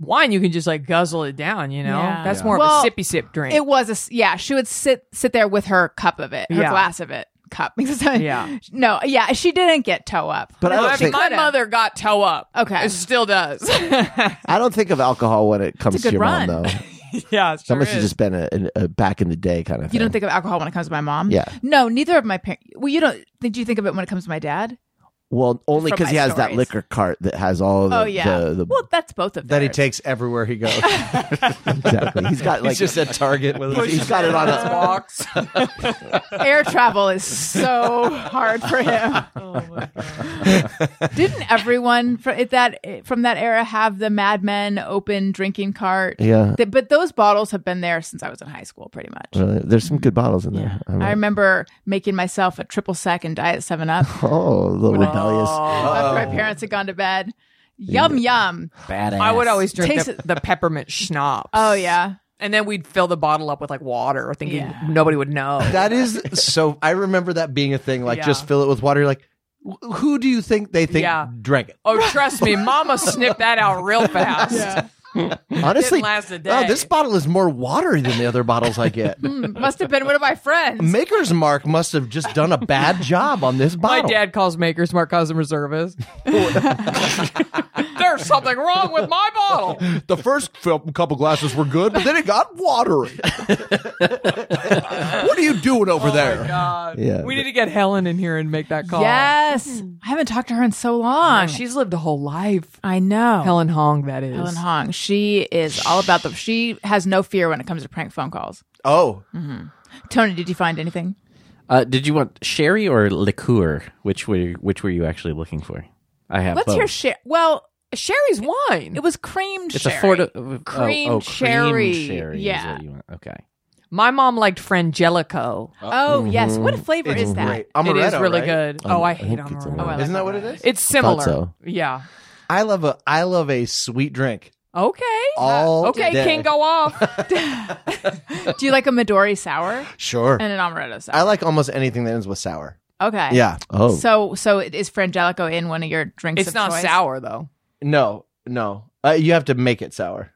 E: Wine, you can just like guzzle it down, you know?
C: Yeah.
E: That's
C: Yeah.
E: more
C: Well,
E: of a sippy sip drink.
C: It was a s- yeah. She would sit sit there with her cup of it, her
E: Yeah.
C: glass of it, cup.
E: Yeah.
C: No, yeah, she didn't get toe up.
D: But I
E: My-
D: don't think
E: my
C: could've.
E: mother got toe up.
C: Okay.
E: It still does.
D: I don't think of alcohol when it comes
C: good
D: to your
C: run.
D: mom though.
E: yeah, it
D: That
E: sure
D: must have
E: is.
D: just been a, a, a back in the day kind of thing.
C: you don't think of alcohol when it comes to my mom?
D: Yeah.
C: No, neither of my parents. Well, you don't. Did you think of it when it comes to my dad?
D: well, only
C: From
D: because he
C: my
D: has that
C: stories.
D: liquor cart that has all the
C: oh yeah.
D: the, the
C: well, that's both of
F: that he
C: theirs.
F: takes everywhere he goes.
D: exactly. He's got like
F: at Target with
D: he's got it on a
E: Box.
C: Air travel is so hard for him. Didn't everyone from it- that from that era have the Mad Men open drinking cart?
D: yeah.
C: Th- But those bottles have been there since I was in high school, pretty much.
D: Really, there's some good bottles in there. I mean,
C: I remember making myself a triple sec and diet seven up
D: oh, the rebellious.
C: after my parents had gone to bed. Yum yum.
G: Badass.
E: I would always drink
C: Tastes-
E: the, the peppermint schnapps.
C: Oh yeah.
E: And then we'd fill the bottle up with like water, thinking
C: Yeah.
E: nobody would know.
F: That is so. I remember that being a thing. Like,
E: Yeah.
F: just fill it with water. You're Like, "Wh- who do you think they think
E: Yeah.
F: drank it?
E: oh, trust me, mama snipped that out real fast.
F: Honestly,
E: Didn't last a
F: oh,
E: day. Hmm.
F: this bottle is more watery than the other bottles I get.
C: Mm, Must have been one of my friends.
F: Maker's Mark must have just done a bad job on this
C: Oh.
E: My
F: bottle.
E: dad calls Maker's Mark customer service. There's something wrong with my bottle.
F: The first fil- couple glasses were good, but then it got watery. what are you doing over there?
E: Oh God.
D: Yeah.
E: We need to get Helen in here and make that call.
C: Yes. I haven't talked to her in so long.
E: Ah, She's lived a whole life.
C: I know.
E: Helen Hong, that is.
C: Helen Hong. She is all about the. She has no fear when it comes to prank phone calls.
F: Oh,
C: Tony, did you find anything?
G: Uh, did you want sherry or liqueur? Which were which were you actually looking for? I have.
C: Let's
G: both.
C: hear share. Well,
E: Sherry's wine.
C: it was creamed
G: It's
C: sherry.
G: a Florida uh,
E: Cream
G: oh, oh,
E: sherry.
G: Cream sherry Is
C: Yeah.
G: what you want. Okay.
E: My mom liked Frangelico.
C: Oh yes, what flavor
F: it's
C: is that?
F: great.
E: it is
F: Amaretto,
E: really
F: right?
E: good. oh, I,
D: I
E: hate
D: think it's
E: amaretto.
D: amaretto.
C: Oh, I like
F: Isn't that what it is?
E: It's similar.
D: so.
E: Yeah.
F: I love a I love a sweet drink.
E: Okay.
F: All
E: okay,
F: day.
E: King, go off.
C: Uh, Do you like a Midori sour
F: Sure.
C: and an amaretto sour?
F: I like almost anything that ends with sour.
C: okay.
F: Yeah.
D: Oh,
C: So so it- is Frangelico in one of your drinks?
E: it's
C: of
E: not
C: choice?
E: sour though.
F: No, no. Uh, you have to make it sour.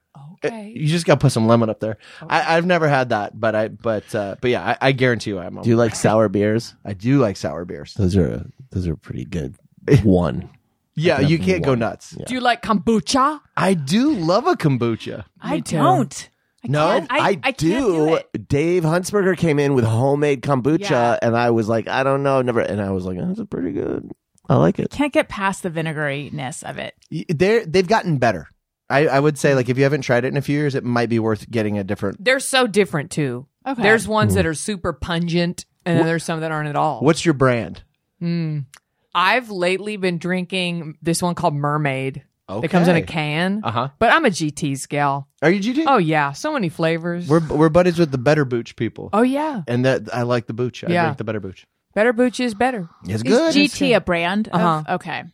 E: Okay.
F: Eh, Uh, You just got to put some lemon up there. I, I've never had that, but I but uh, but yeah, I, I guarantee you, I'm.
D: do you like sour beers?
F: I do like sour beers.
D: Those are those are pretty good. One.
F: Yeah,
D: can
F: you
D: have
F: can't go
D: one.
F: nuts.
E: Do you like kombucha?
F: I do love a kombucha.
C: I
E: Me too.
C: don't. I
F: No,
C: can't. I, I can't do it.
D: Dave Huntsberger came in with homemade kombucha,
C: Yeah.
D: and I was like, I don't know, I've never. And I was like, that's pretty good. I like it.
C: Can't get past the vinegariness of it.
F: Y- They're they've gotten better. I, I would say like if you haven't tried it in a few years, it might be worth getting a different.
E: They're so different too.
C: Okay.
E: There's ones
F: Mm.
E: that are super pungent, and then there's some that aren't at all.
F: What's your brand?
E: I've lately been drinking this one called Mermaid. It comes in
F: Okay.
E: a can.
F: Uh-huh.
E: But I'm a GT's gal.
F: Are you GT?
E: Oh yeah, so many flavors.
F: We're we're buddies with the Better Booch people,
E: oh yeah,
F: and that I like the Booch. I
E: Yeah.
F: drink the Better Booch.
E: better booch is better.
F: It's
C: Is
F: good.
C: GT a brand? of-
E: Uh-huh.
C: okay.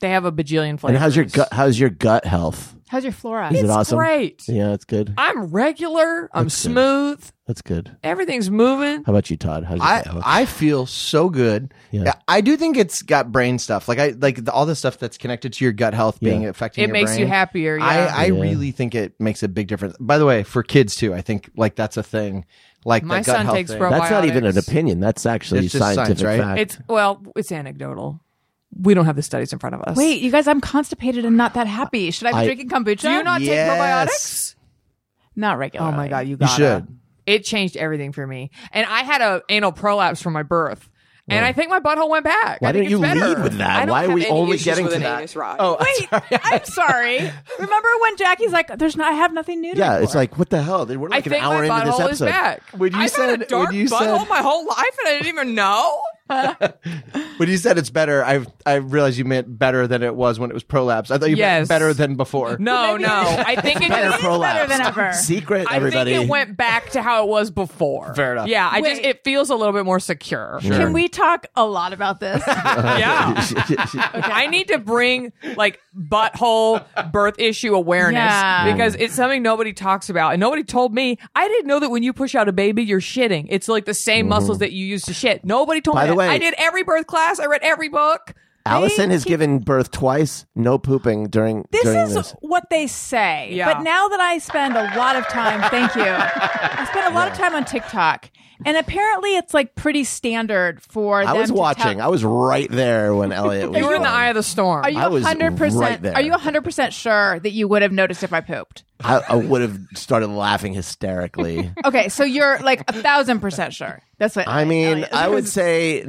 E: They have a bajillion flavors.
D: And how's your gut? How's your gut health?
C: How's your flora?
D: Is it
E: It's
D: awesome?
E: great.
D: Yeah, it's good.
E: I'm regular. I'm
D: That's good.
E: smooth.
D: That's good.
E: Everything's moving.
D: How about you, Todd? How's your
F: I
D: gut health?
F: I feel so good.
D: Yeah.
F: I do think it's got brain stuff. Like I like the, all the stuff that's connected to your gut health being
D: Yeah.
F: affecting.
E: It
F: your
E: makes you
F: brain.
E: happier. Yeah.
F: I, I
D: Yeah.
F: really think it makes a big difference. By the way, for kids too, I think like that's a thing. Like
E: My
F: the gut
E: son
F: health
E: takes
F: thing.
E: pro-
D: That's not even an
E: Probiotics.
D: opinion. That's actually
F: It's just science,
D: scientific
F: right?
D: fact.
E: it's well, it's anecdotal. We don't have the studies in front of us.
C: Wait, you guys, I'm constipated and not that happy. Should I be
D: I-
C: drinking kombucha?
E: do you not
F: Yes.
C: Not regularly.
E: take probiotics? Oh my god, you
F: You
E: got
F: should.
E: It changed everything for me, and I had a anal prolapse from my birth, and I think my butthole went back.
D: Why
E: I
D: didn't
E: think
D: you
E: it's better.
D: lead with
H: I
D: that?
H: don't
D: Why are
H: have
D: we
H: any
D: only
H: issues
D: getting
H: with
D: to
H: an
D: that?
H: anus rod.
C: Wait, I'm sorry. Remember when Jackie's like, "There's not, I have nothing new to
D: Yeah,
C: report."
D: it's like what the hell? We're
E: I
D: like an
E: think
D: hour
E: my
D: into this
E: butthole is
D: episode.
E: back.
F: Would you
E: I've had
F: said-
E: a dark
F: would you
E: butthole
F: said-
E: my whole life, and I didn't even know.
F: When you said it's better, I I realized you meant better than it was when it was prolapse. I thought you meant
E: Yes.
F: better than before.
E: No, no, I think it
D: Better
E: just,
D: prolapse.
C: better than ever.
D: Secret,
E: I
D: everybody.
E: think it went back to how it was before.
F: Fair enough.
E: Yeah, I just
C: Wait.
E: it feels a little bit more secure.
C: Can we talk a lot about this?
E: Yeah. I need to bring like butthole birth issue awareness
C: Yeah.
E: because it's something nobody talks about and nobody told me. I didn't know that when you push out a baby, you're shitting. It's like the same muscles that you use to shit. Nobody told
D: By
E: me.
D: the
E: that.
D: way-
E: I did every birth class. I read every book.
D: Allison has given birth twice, no pooping during
C: This
D: during
C: is
D: this.
C: what they say.
E: Yeah.
C: But now that I spend a lot of time, thank you. I spend a lot of time on TikTok. And apparently it's like pretty standard for
D: I
C: them
D: was
C: to
D: watching. I
C: tell-
D: was right there when Elliot was.
E: You were in the
D: born.
E: eye of the storm.
C: are you
D: I was
C: 100%
D: right there.
C: Are you 100% sure that you would have noticed if I pooped?
D: I, I would have started laughing hysterically.
C: Okay, so you're like a 1000% sure. That's what
D: I mean,
C: Elliot-
D: I would say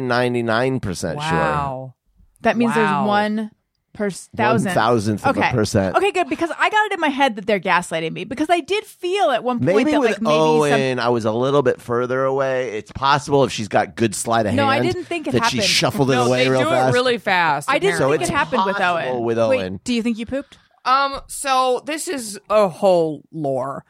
D: 999% sure.
E: wow.
C: That means
E: Wow.
C: there's one per thousand.
D: thousandth of a
C: okay.
D: percent.
C: Okay, good. Because I got it in my head that they're gaslighting me because I did feel at one point
D: Maybe
C: that
D: with
C: like maybe some.
D: Owen, I was a little bit further away. It's possible if she's got good sleight of
C: No, I
D: hand.
C: didn't think it
D: that she
C: happened.
D: shuffled it
E: No,
D: away
E: they
D: real
E: do
D: fast.
E: it really fast.
C: I didn't
D: So
C: think
D: it's
C: it happened with
D: possible
C: Owen.
D: with
C: Wait,
D: Owen.
C: do you think you pooped?
E: Um, so this is a whole lore.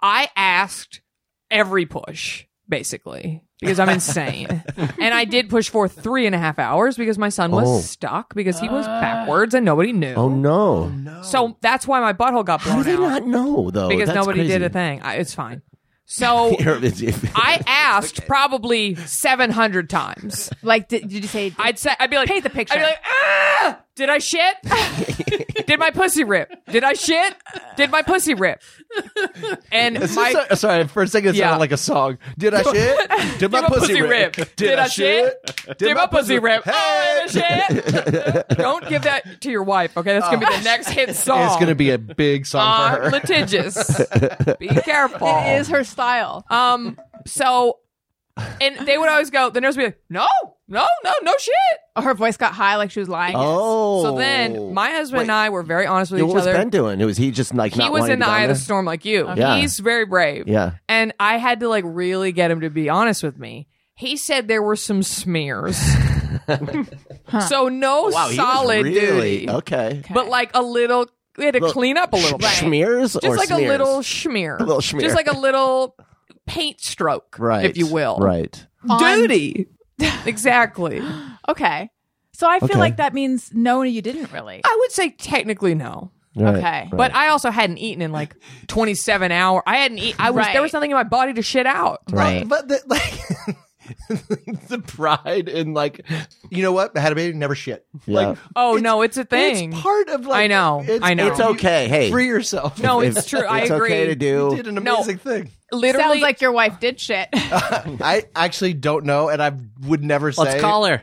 E: I asked every push, basically, because I'm insane. and I did push for three and a half hours because my son was
D: Oh.
E: stuck because he was backwards and nobody knew.
D: Oh no!
E: So that's why my butthole got
D: How do
E: blown
D: they
E: out.
D: not know though?
E: because
D: That's
E: nobody did
D: crazy.
E: a thing. I, it's fine. So
D: Here it is. If-
E: I asked probably 700 times.
C: Like, did, did you say?
E: I'd say I'd be like
C: Paint the picture.
E: I'd be like, ah! Did I shit? Did my pussy rip? Did I shit? Did my pussy rip? And my
F: So- sorry, for a second it
E: Yeah.
F: sounded like a song. Did I shit? Did my pussy, rip?
E: Did, I shit? Did, my pussy rip? Oh, did I shit? Don't give that to your wife. Okay, that's gonna
D: Ah.
E: be the next hit song.
F: It's gonna be a big song
E: uh,
F: for her.
E: litigious. be careful.
C: it is her style.
E: Um. So, and they would always go. The nurse would be like, "No, No, no, no shit.
C: Uh, Her voice got high, like she was lying.
D: Oh.
E: So then my husband and
D: Wait.
E: I were very honest with
D: Yeah,
E: each
D: what was
E: other.
D: Ben doing? Was he just like
E: he
D: not
E: was
D: wanting
E: in
D: to
E: the
D: go
E: eye of the
D: there?
E: storm like you.
D: Yeah.
E: He's very brave.
D: Yeah.
E: And I had to like really get him to be honest with me. He said there were some smears. So no
D: Oh, Wow, he was
E: solid
D: really,
E: duty.
D: Okay.
E: But like a little we had to
D: Little
E: clean up a little bit.
D: Schmears or
E: Just like a
D: smears?
E: little schmear.
D: A little schmear.
E: Just like a little paint stroke,
D: right,
E: if you will.
D: Right.
E: Duty. exactly.
C: Okay. So I feel
D: Okay.
C: like that means no, you didn't really.
E: I would say technically no.
D: Right,
C: Okay.
D: right.
E: But I also hadn't eaten in like 27 hours. I hadn't eaten. I was
C: Right.
E: there was nothing in my body to shit out.
F: Right. But the, like the pride in like you know what? I had a baby, never shit.
D: Yeah.
F: Like
E: Oh
F: it's-
E: no, it's a thing.
F: It's part of like
E: I know.
F: It's,
E: I know.
D: it's okay. Hey,
F: Free yourself.
E: no, it's true. I
D: it's
E: agree.
D: okay to do.
F: You did an
E: No.
F: amazing thing.
E: Literally,
C: Sounds like your wife did shit.
F: I actually don't know, and I would never say.
G: Let's call
F: Oh,
G: her.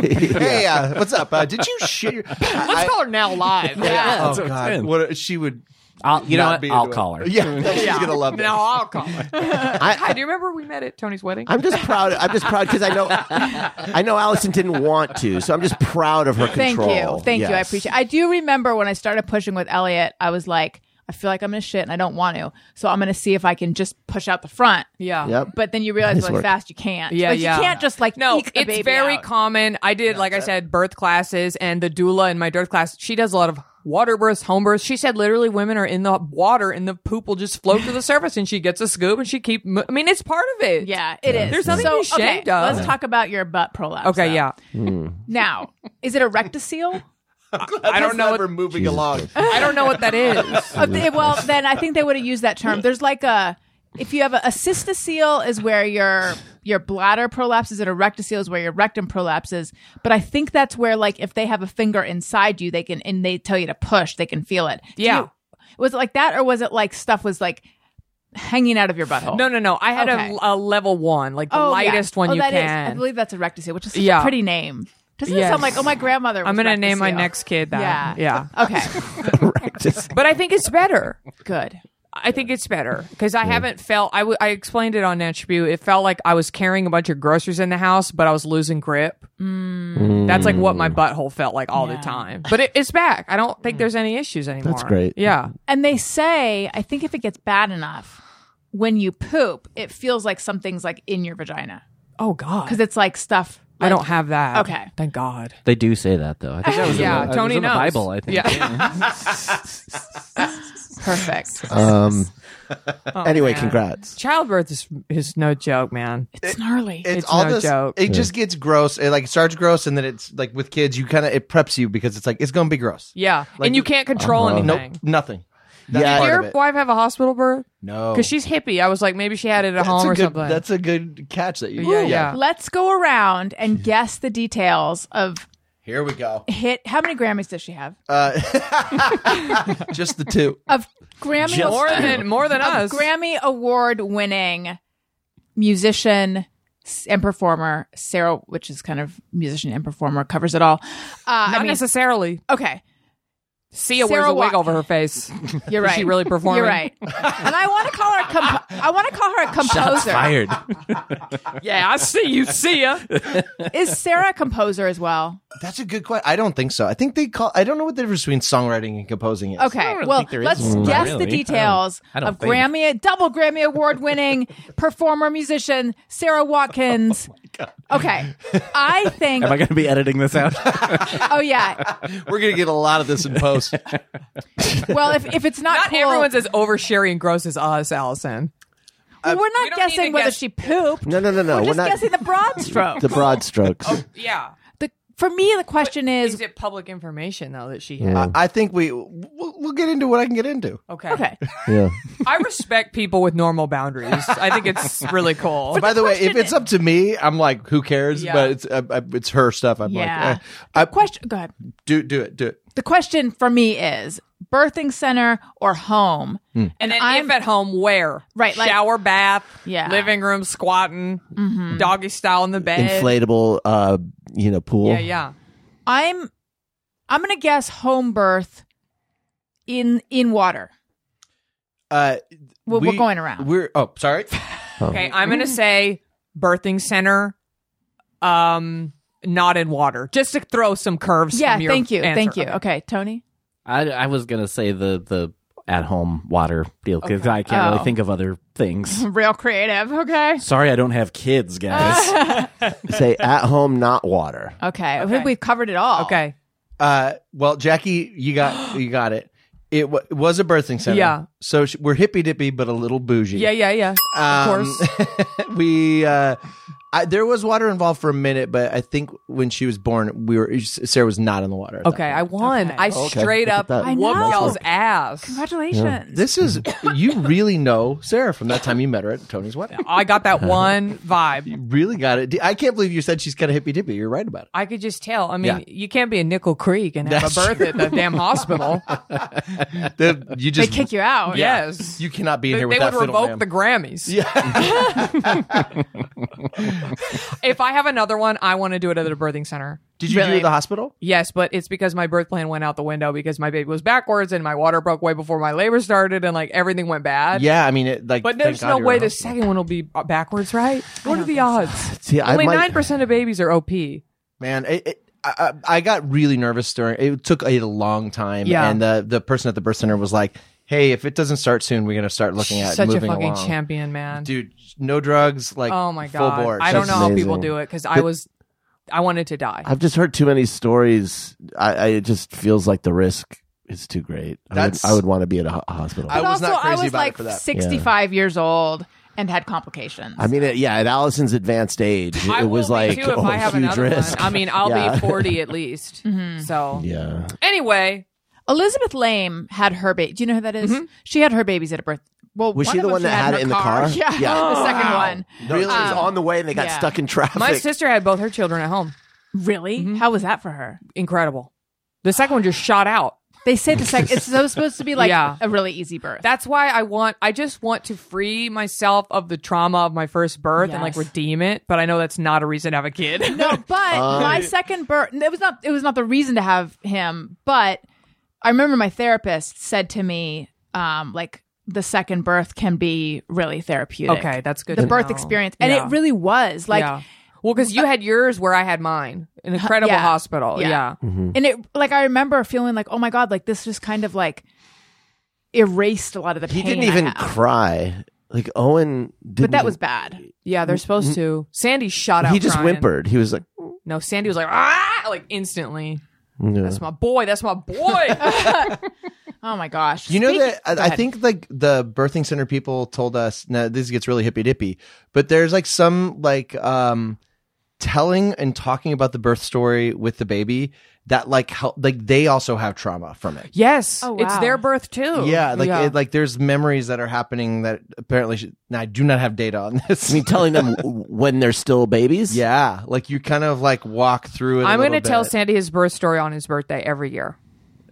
F: Hey, uh, what's up? Uh, did you shit? Your-
E: let's
F: I,
E: call her now live. yeah.
G: that's
F: oh
G: what I'm
F: God,
G: saying.
F: what she would.
G: I'll, you know
F: not
G: what?
F: be
G: I'll
F: into it.
G: call her.
F: Yeah, she's gonna love
E: Now
F: that.
E: I'll call her. Hi, do you remember we met at Tony's wedding?
D: I'm just proud. I'm just proud because I know, I know Allison didn't want to, so I'm just proud of her
C: Thank
D: control.
C: you. Thank you. I
D: Yes.
C: appreciate I do remember when I started pushing with Elliot, I was like, I feel like I'm going to shit and I don't want to. So I'm going to see if I can just push out the front.
E: yeah.
D: Yep.
C: But then you realize
D: Nice
C: really
D: work.
C: fast you can't.
E: Yeah,
C: Like,
E: yeah.
C: You can't just like
E: No,
C: eke a
E: it's
C: baby
E: very
C: out.
E: common. I did, like I said, birth classes and the doula in my birth class. She does a lot of water births, home births. She said literally women are in the water and the poop will just float to the surface and she gets a scoop and she keep. mo- I mean, it's part of it.
C: Yeah, it is.
E: There's nothing
C: so,
E: to be ashamed
C: okay,
E: of.
C: Let's talk about your butt prolapse.
E: Okay.
C: though.
E: Yeah.
C: Now, is it a rectocele?
E: I don't know.
F: We're
E: What,
F: moving along.
E: I don't know what that is.
C: Uh, they- well, then I think they would have used that term. There's like a if you have a, a cystocele is where your your bladder prolapses and a rectocele is where your rectum prolapses. But I think that's where like if they have a finger inside you, they can and they tell you to push, they can feel it. Do
E: Yeah.
C: you- was it like that, or was it like stuff was like hanging out of your butthole?
E: No, no, no. I had
C: Okay.
E: a, a level one, like the
C: Oh, yeah.
E: lightest one
C: Oh,
E: you
C: that is-
E: can.
C: I believe that's a rectocele, which is such
E: Yeah.
C: a pretty name. Doesn't it
E: Yes.
C: sound like oh my grandmother? Was
E: I'm gonna name my
C: rectocele.
E: next kid that.
C: Yeah.
E: Yeah.
C: Okay,
E: But I think it's better.
C: good.
E: I think it's better because I haven't felt. I, w- I explained it on Attribute. It felt like I was carrying a bunch of groceries in the house, but I was losing grip.
F: Mm.
E: That's like what my butthole felt like all
C: Yeah.
E: the time. But it, it's back. I don't think there's any issues anymore. That's
D: great.
E: Yeah.
C: And they say, I think if it gets bad enough, when you poop, it feels like something's like in your vagina
E: Oh God.
C: because it's like stuff.
E: I
C: like-
E: don't have that.
C: Okay.
E: Thank God.
G: They do say that though. I think that was in
E: Yeah,
G: the- uh, it was
E: Tony
G: in the
E: knows.
G: Bible. I think.
E: Yeah.
C: perfect.
D: Um.
E: Oh,
D: anyway, congrats.
E: Childbirth is is no joke, man.
C: it's gnarly.
F: It's,
E: It's
F: all
E: no
F: this.
E: joke.
F: It just gets gross. It like starts gross, and then it's like with kids, you kind of it preps you because it's like it's gonna be gross.
E: Yeah.
F: Like- Uh-huh.
E: and you can't control anything.
F: Nope, nothing. That's
D: Yeah.
F: part
E: Your
F: of it.
E: wife have a hospital birth?
F: No,
E: Because she's hippie. I was like, maybe she had it at
F: that's
E: home
F: a
E: or
F: good,
E: something.
F: That's a good catch that you.
E: Yeah, yeah.
C: Let's go around and guess the details of
F: Here we go.
C: hit. How many Grammys does she have?
F: Uh, just the two.
C: Of Grammy,
G: Just-
E: more than more than
C: of
E: us.
C: Grammy award winning musician s- and performer Sarah, which is kind of musician and performer, covers it all. Uh,
E: Not
C: I mean,
E: necessarily.
C: okay,
E: Sia wears
C: Sarah
E: a wig
C: Wa-
E: over her face.
C: You're right.
E: she really performing?
C: You're right. And I want to call her. A comp- I want to call her a
G: Shots
C: composer.
G: fired.
E: yeah, I see you, Sia.
C: Is Sarah a composer as well?
F: That's a good question. I don't think so. I think they call. I don't know what the difference between songwriting and composing is.
C: Okay.
G: really
C: Well,
G: think there is
C: let's
G: one.
C: guess
G: Not
C: the
G: really.
C: details
G: I don't- I don't
C: of Grammy, double Grammy award winning performer musician Sarah Watkins.
G: Oh
C: Okay. I think.
G: Am I going to be editing this out?
C: oh yeah.
F: We're gonna get a lot of this in post.
C: Well, if, if it's not,
E: Not
C: cool,
E: everyone's as oversharing and gross as us, Allison.
C: well, we're not
E: we don't need
C: guessing
E: to
C: whether
E: guess-
C: she pooped.
D: No, no, no, no.
C: We're
D: We're,
C: just
D: not
C: guessing the broad stroke.
D: the broad strokes.
E: Oh, Yeah.
C: The- for me, the question
E: Is
C: is.
E: it public information though that she had?
F: I, I think we we'll, we'll get into what I can get into.
E: Okay.
C: Okay.
D: yeah.
E: I respect people with normal boundaries. I think it's really cool.
F: By the, way, if
C: question
F: it's up to me, I'm like, who cares?
E: Yeah.
F: But it's uh, uh, it's her stuff. I'm
C: Yeah.
F: like, eh, I,
C: Question. Go ahead.
F: do do it, do it.
C: The question for me is birthing center or home?
E: and then
C: I'm-
E: if at home, where?
C: Right, like-
E: Shower, bath,
C: Yeah. Mm-hmm.
E: living room, squatting, doggy style in the bed.
D: Inflatable. Uh. You know, pool.
E: Yeah, yeah.
C: I'm I'm gonna guess home birth in in water.
F: Uh,
C: We're- we're going around.
F: We're oh, sorry.
C: Mm.
E: Okay, I'm gonna say birthing center. um, not in water. Just to throw some curves.
C: Yeah,
E: from your
C: thank you.
E: answer.
C: Thank you.
E: Okay.
C: Okay, Tony.
G: I, I was gonna say the the at home water deal because I can't
C: Oh.
G: really think of other things.
C: Real creative. Okay.
G: Sorry, I don't have kids, guys.
D: Say at home, not water.
C: Okay. I think we've covered it all.
E: Okay.
F: Uh, well, Jackie, you got you got it. It, w- was a birthing center.
E: Yeah.
F: So sh- we're hippy dippy, but a little bougie.
E: Yeah, yeah, yeah. Uh,
F: Um,
E: of course.
F: we uh, I, there was water involved for a minute, but I think when she was born, we were Sarah was not in the water. at that
E: Okay,
F: point.
E: I won.
C: Okay.
E: I
D: Okay,
E: straight
D: look at
E: up
D: that.
C: I
E: whooped
C: know.
E: y'all's ass.
C: Congratulations.
F: This is you really know Sarah from that time you met her at Tony's wedding.
E: I got that one vibe.
F: You really got it. I can't believe you said she's kind of hippy dippy. You're right about it.
E: I could just tell. I mean,
F: Yeah.
E: you can't be a Nickel Creek and have
F: That's
E: a birth at the damn hospital.
F: The- you
C: they
F: just
C: kick you out.
E: yes.
F: You cannot be in
E: They,
F: here
E: they would
F: with that fiddle,
E: revoke
F: ma'am.
E: the Grammys.
F: Yeah.
E: If I have another one, I want to do it at a birthing center.
F: Did you do it
C: Really?
F: at the hospital?
E: Yes, but it's because my birth plan went out the window because my baby was backwards and my water broke way before my labor started and like everything went bad.
F: Yeah, I mean, it, like,
E: But
F: thank
E: there's
F: God
E: no
F: you were
E: way
F: in
E: the
F: hospital.
E: second one will be uh, backwards, right? What are the odds?
D: See, I
E: Only
D: might-
E: 9% of babies are OP.
F: man it, it, I, I I got really nervous during it took a long time
E: Yeah.
F: and the, the person at the birth center was like hey if it doesn't start soon we're going to start looking at
E: Such a
F: moving
E: fucking
F: along.
E: champion, man.
F: dude no drugs like
E: oh my
F: full
E: god!
F: board
E: I don't know how people
D: amazing.
E: do it because I was, I wanted to die.
D: I've just heard too many stories. I, I it just feels like the risk is too great.
F: That's-
D: I would, I would want to be at a ho- a hospital.
F: I
D: I,
C: But
F: was
C: also,
F: not
C: I
F: crazy
C: was
F: about it
C: like
F: for that.
C: 65 years old and had complications.
D: mean, it, yeah, at Allison's advanced age, it
E: I
D: was
E: will be
D: like
E: too if
D: oh,
E: I have
D: huge
E: another
D: risk.
E: one. I mean, I'll
D: Yeah.
E: be forty at least. So
D: yeah,
E: anyway,
C: Elizabeth Lame had her baby. Do you know who that is? She had her babies at a birth. Well,
D: Was she
C: of
D: the
C: them
D: one that had
C: in
D: it
C: her
D: in the car?
C: Yeah,
D: Yeah.
C: the second one.
D: no, it was
C: Um,
D: on the way and they got
C: yeah.
D: stuck in traffic.
E: my sister had both her children at home.
C: Really? Mm-hmm. How was that for her?
E: Incredible. The second one just shot out.
C: They say the second. It's so supposed to be like
E: Yeah.
C: a really easy birth.
E: That's why I want. I just want to free myself of the trauma of my first birth and like
C: Yes.
E: redeem it. But I know that's not a reason to have a kid.
C: no, Uh, but
F: Uh,
C: my second birth. It was not. It was not the reason to have him. But I remember my therapist said to me, um, like the second birth can be really therapeutic.
E: okay, that's good.
C: the
E: to
C: birth
E: know.
C: experience, and
E: Yeah.
C: it really was like.
E: Yeah. Well, because you had yours where I had mine, an incredible
C: yeah.
E: hospital.
C: Yeah.
E: yeah.
C: and it like I remember feeling like, oh my god, like this just kind of like erased a lot of the
D: he
C: pain.
D: didn't
C: I
D: even
C: have.
D: cry. Like Owen, didn't
C: but that
D: even-
C: was bad.
E: Yeah, they're supposed to. Sandy shot out.
D: He just
E: crying.
D: whimpered. He was like,
E: No, Sandy was like, ah, like instantly.
D: "No."
E: That's my boy. That's my boy.
C: Oh my gosh,
F: You know
C: Speaking-
F: that I, I think like the birthing center people told us. Now this gets really hippy dippy, but there's like some like um telling and talking about the birth story with the baby that like help like they also have trauma from it.
E: yes,
C: Oh,
E: it's
C: wow.
E: their birth too.
F: Yeah, like It, like there's memories that are happening that apparently should, now I do not have data on this.
D: I mean, telling them w- when they're still babies.
F: yeah, like you kind of like walk through it. i
E: I'm
F: going to
E: tell Sandy his birth story on his birthday every year.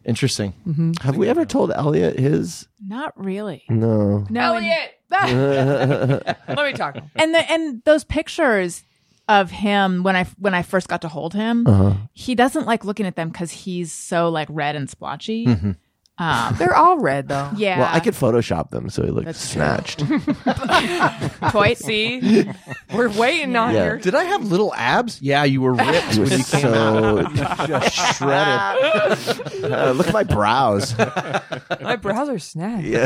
F: Interesting.
D: Have we ever told Elliot his?
C: not really.
D: No.
C: No,
E: Oh,
C: and-
E: Elliot, let me talk.
C: and the, and those pictures of him when I when I first got to hold him,
D: Uh-huh.
C: he doesn't like looking at them because he's so like red and splotchy. Um,
E: They're all red though.
C: yeah,
D: Mm-hmm. Well, I could Photoshop them so he looked snatched.
E: Toy, see, we're waiting on
D: Yeah.
E: your
F: Did I have little abs? Yeah, you were ripped
D: It
F: when
D: was
F: you came out.
D: so
F: Just shredded.
D: Uh, look at my brows.
E: My brows are snagged.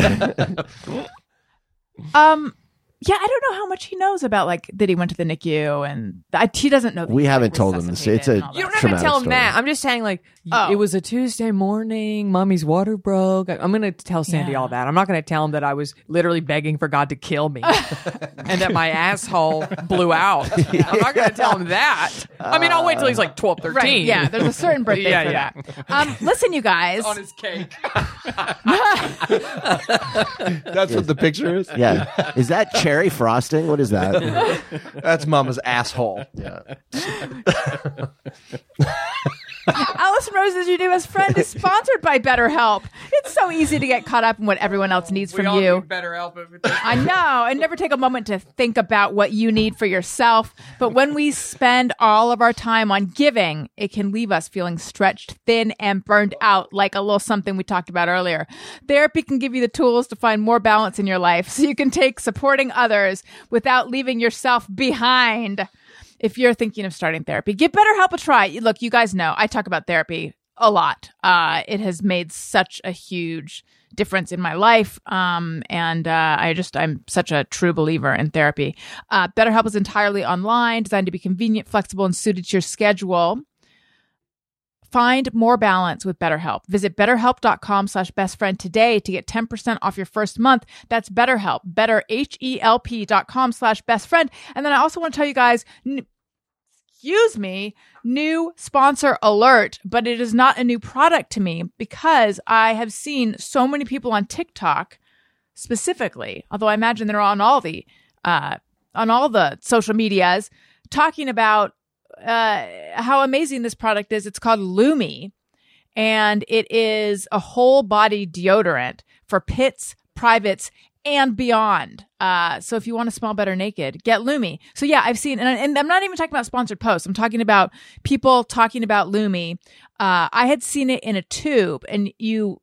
C: um, yeah, I don't know how much he knows about like that he went to the NICU and I, he doesn't know. That
D: We
C: he's,
D: haven't
C: like,
D: told him this. It's a-
C: resuscitated and all that.
E: You don't have to
D: Traumatic
E: tell him
D: story.
E: that. I'm just saying, like,
C: Oh.
E: it was a Tuesday morning. Mommy's water broke. I- I'm going to tell Sandy
C: Yeah.
E: all that. I'm not going to tell him that I was literally begging for God to kill me and that my asshole blew out. I'm not going to tell him that. I mean, I'll wait till he's like 12, 13.
C: Right. Yeah, there's a certain birthday
E: Yeah,
C: for
E: yeah.
C: that. Um, listen, you guys.
E: On his cake.
F: That's what the picture is.
D: Yeah. Is that cherry frosting? What is that?
F: That's mama's asshole.
C: Allison Rose's Your New Best Friend is sponsored by BetterHelp. It's so easy to get caught up in what everyone else needs from you.
E: better outfit.
C: I know, and never take a moment to think about what you need for yourself. But when we spend all of our time on giving, it can leave us feeling stretched thin and burned out, like a little something we talked about earlier. Therapy can give you the tools to find more balance in your life so you can take supporting others without leaving yourself behind. if you're thinking of starting therapy, give BetterHelp a try. Look, you guys know I talk about therapy a lot. Uh, it has made such a huge difference in my life, um, and uh, I just I'm such a true believer in therapy. Uh, BetterHelp is entirely online, designed to be convenient, flexible, and suited to your schedule. Find more balance with BetterHelp. Visit betterhelp.com slash bestfriend today to get 10% off your first month. That's BetterHelp, better, H-E-L-P dot com slash bestfriend. And then I also want to tell you guys, n- excuse me, new sponsor alert, but it is not a new product to me because I have seen so many people on TikTok specifically, although I imagine they're on all the, uh, on all the social medias talking about uh, how amazing this product is. It's called Lumi, and it is a whole body deodorant for pits, privates, and beyond. Uh, so if you want to smell better naked, get Lumi. So yeah, I've seen, and, and I'm not even talking about sponsored posts. I'm talking about people talking about Lumi. Uh, I had seen it in a tube, and you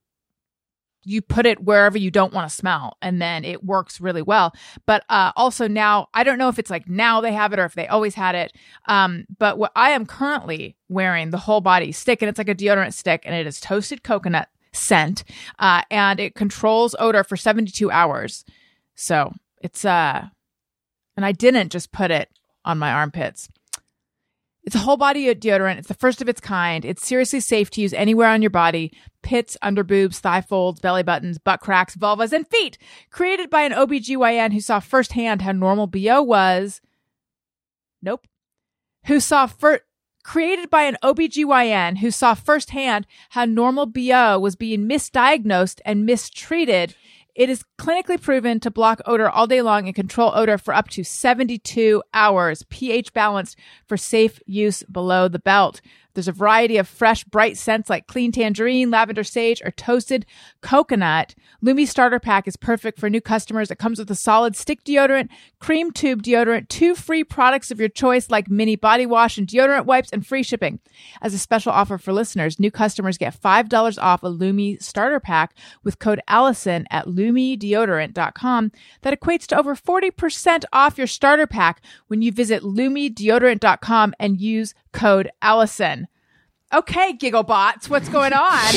C: you put it wherever you don't want to smell and then it works really well but uh, also now i don't know if it's like now they have it or if they always had it um, but what i am currently wearing the whole body stick and it's like a deodorant stick and it is toasted coconut scent uh, and it controls odor for 72 hours so it's uh and i didn't just put it on my armpits it's a whole body deodorant. It's the first of its kind. It's seriously safe to use anywhere on your body pits, underboobs, thigh folds, belly buttons, butt cracks, vulvas, and feet. Created by an OBGYN who saw firsthand how normal BO was. Nope. Who saw first. Created by an OBGYN who saw firsthand how normal BO was being misdiagnosed and mistreated. It is clinically proven to block odor all day long and control odor for up to 72 hours, pH balanced for safe use below the belt. There's a variety of fresh, bright scents like clean tangerine, lavender sage, or toasted coconut. Lumi Starter Pack is perfect for new customers. It comes with a solid stick deodorant, cream tube deodorant, two free products of your choice like mini body wash and deodorant wipes, and free shipping. As a special offer for listeners, new customers get $5 off a Lumi Starter Pack with code Allison at LumiDeodorant.com. That equates to over 40% off your starter pack when you visit LumiDeodorant.com and use code Allison. Okay, Gigglebots, what's going on?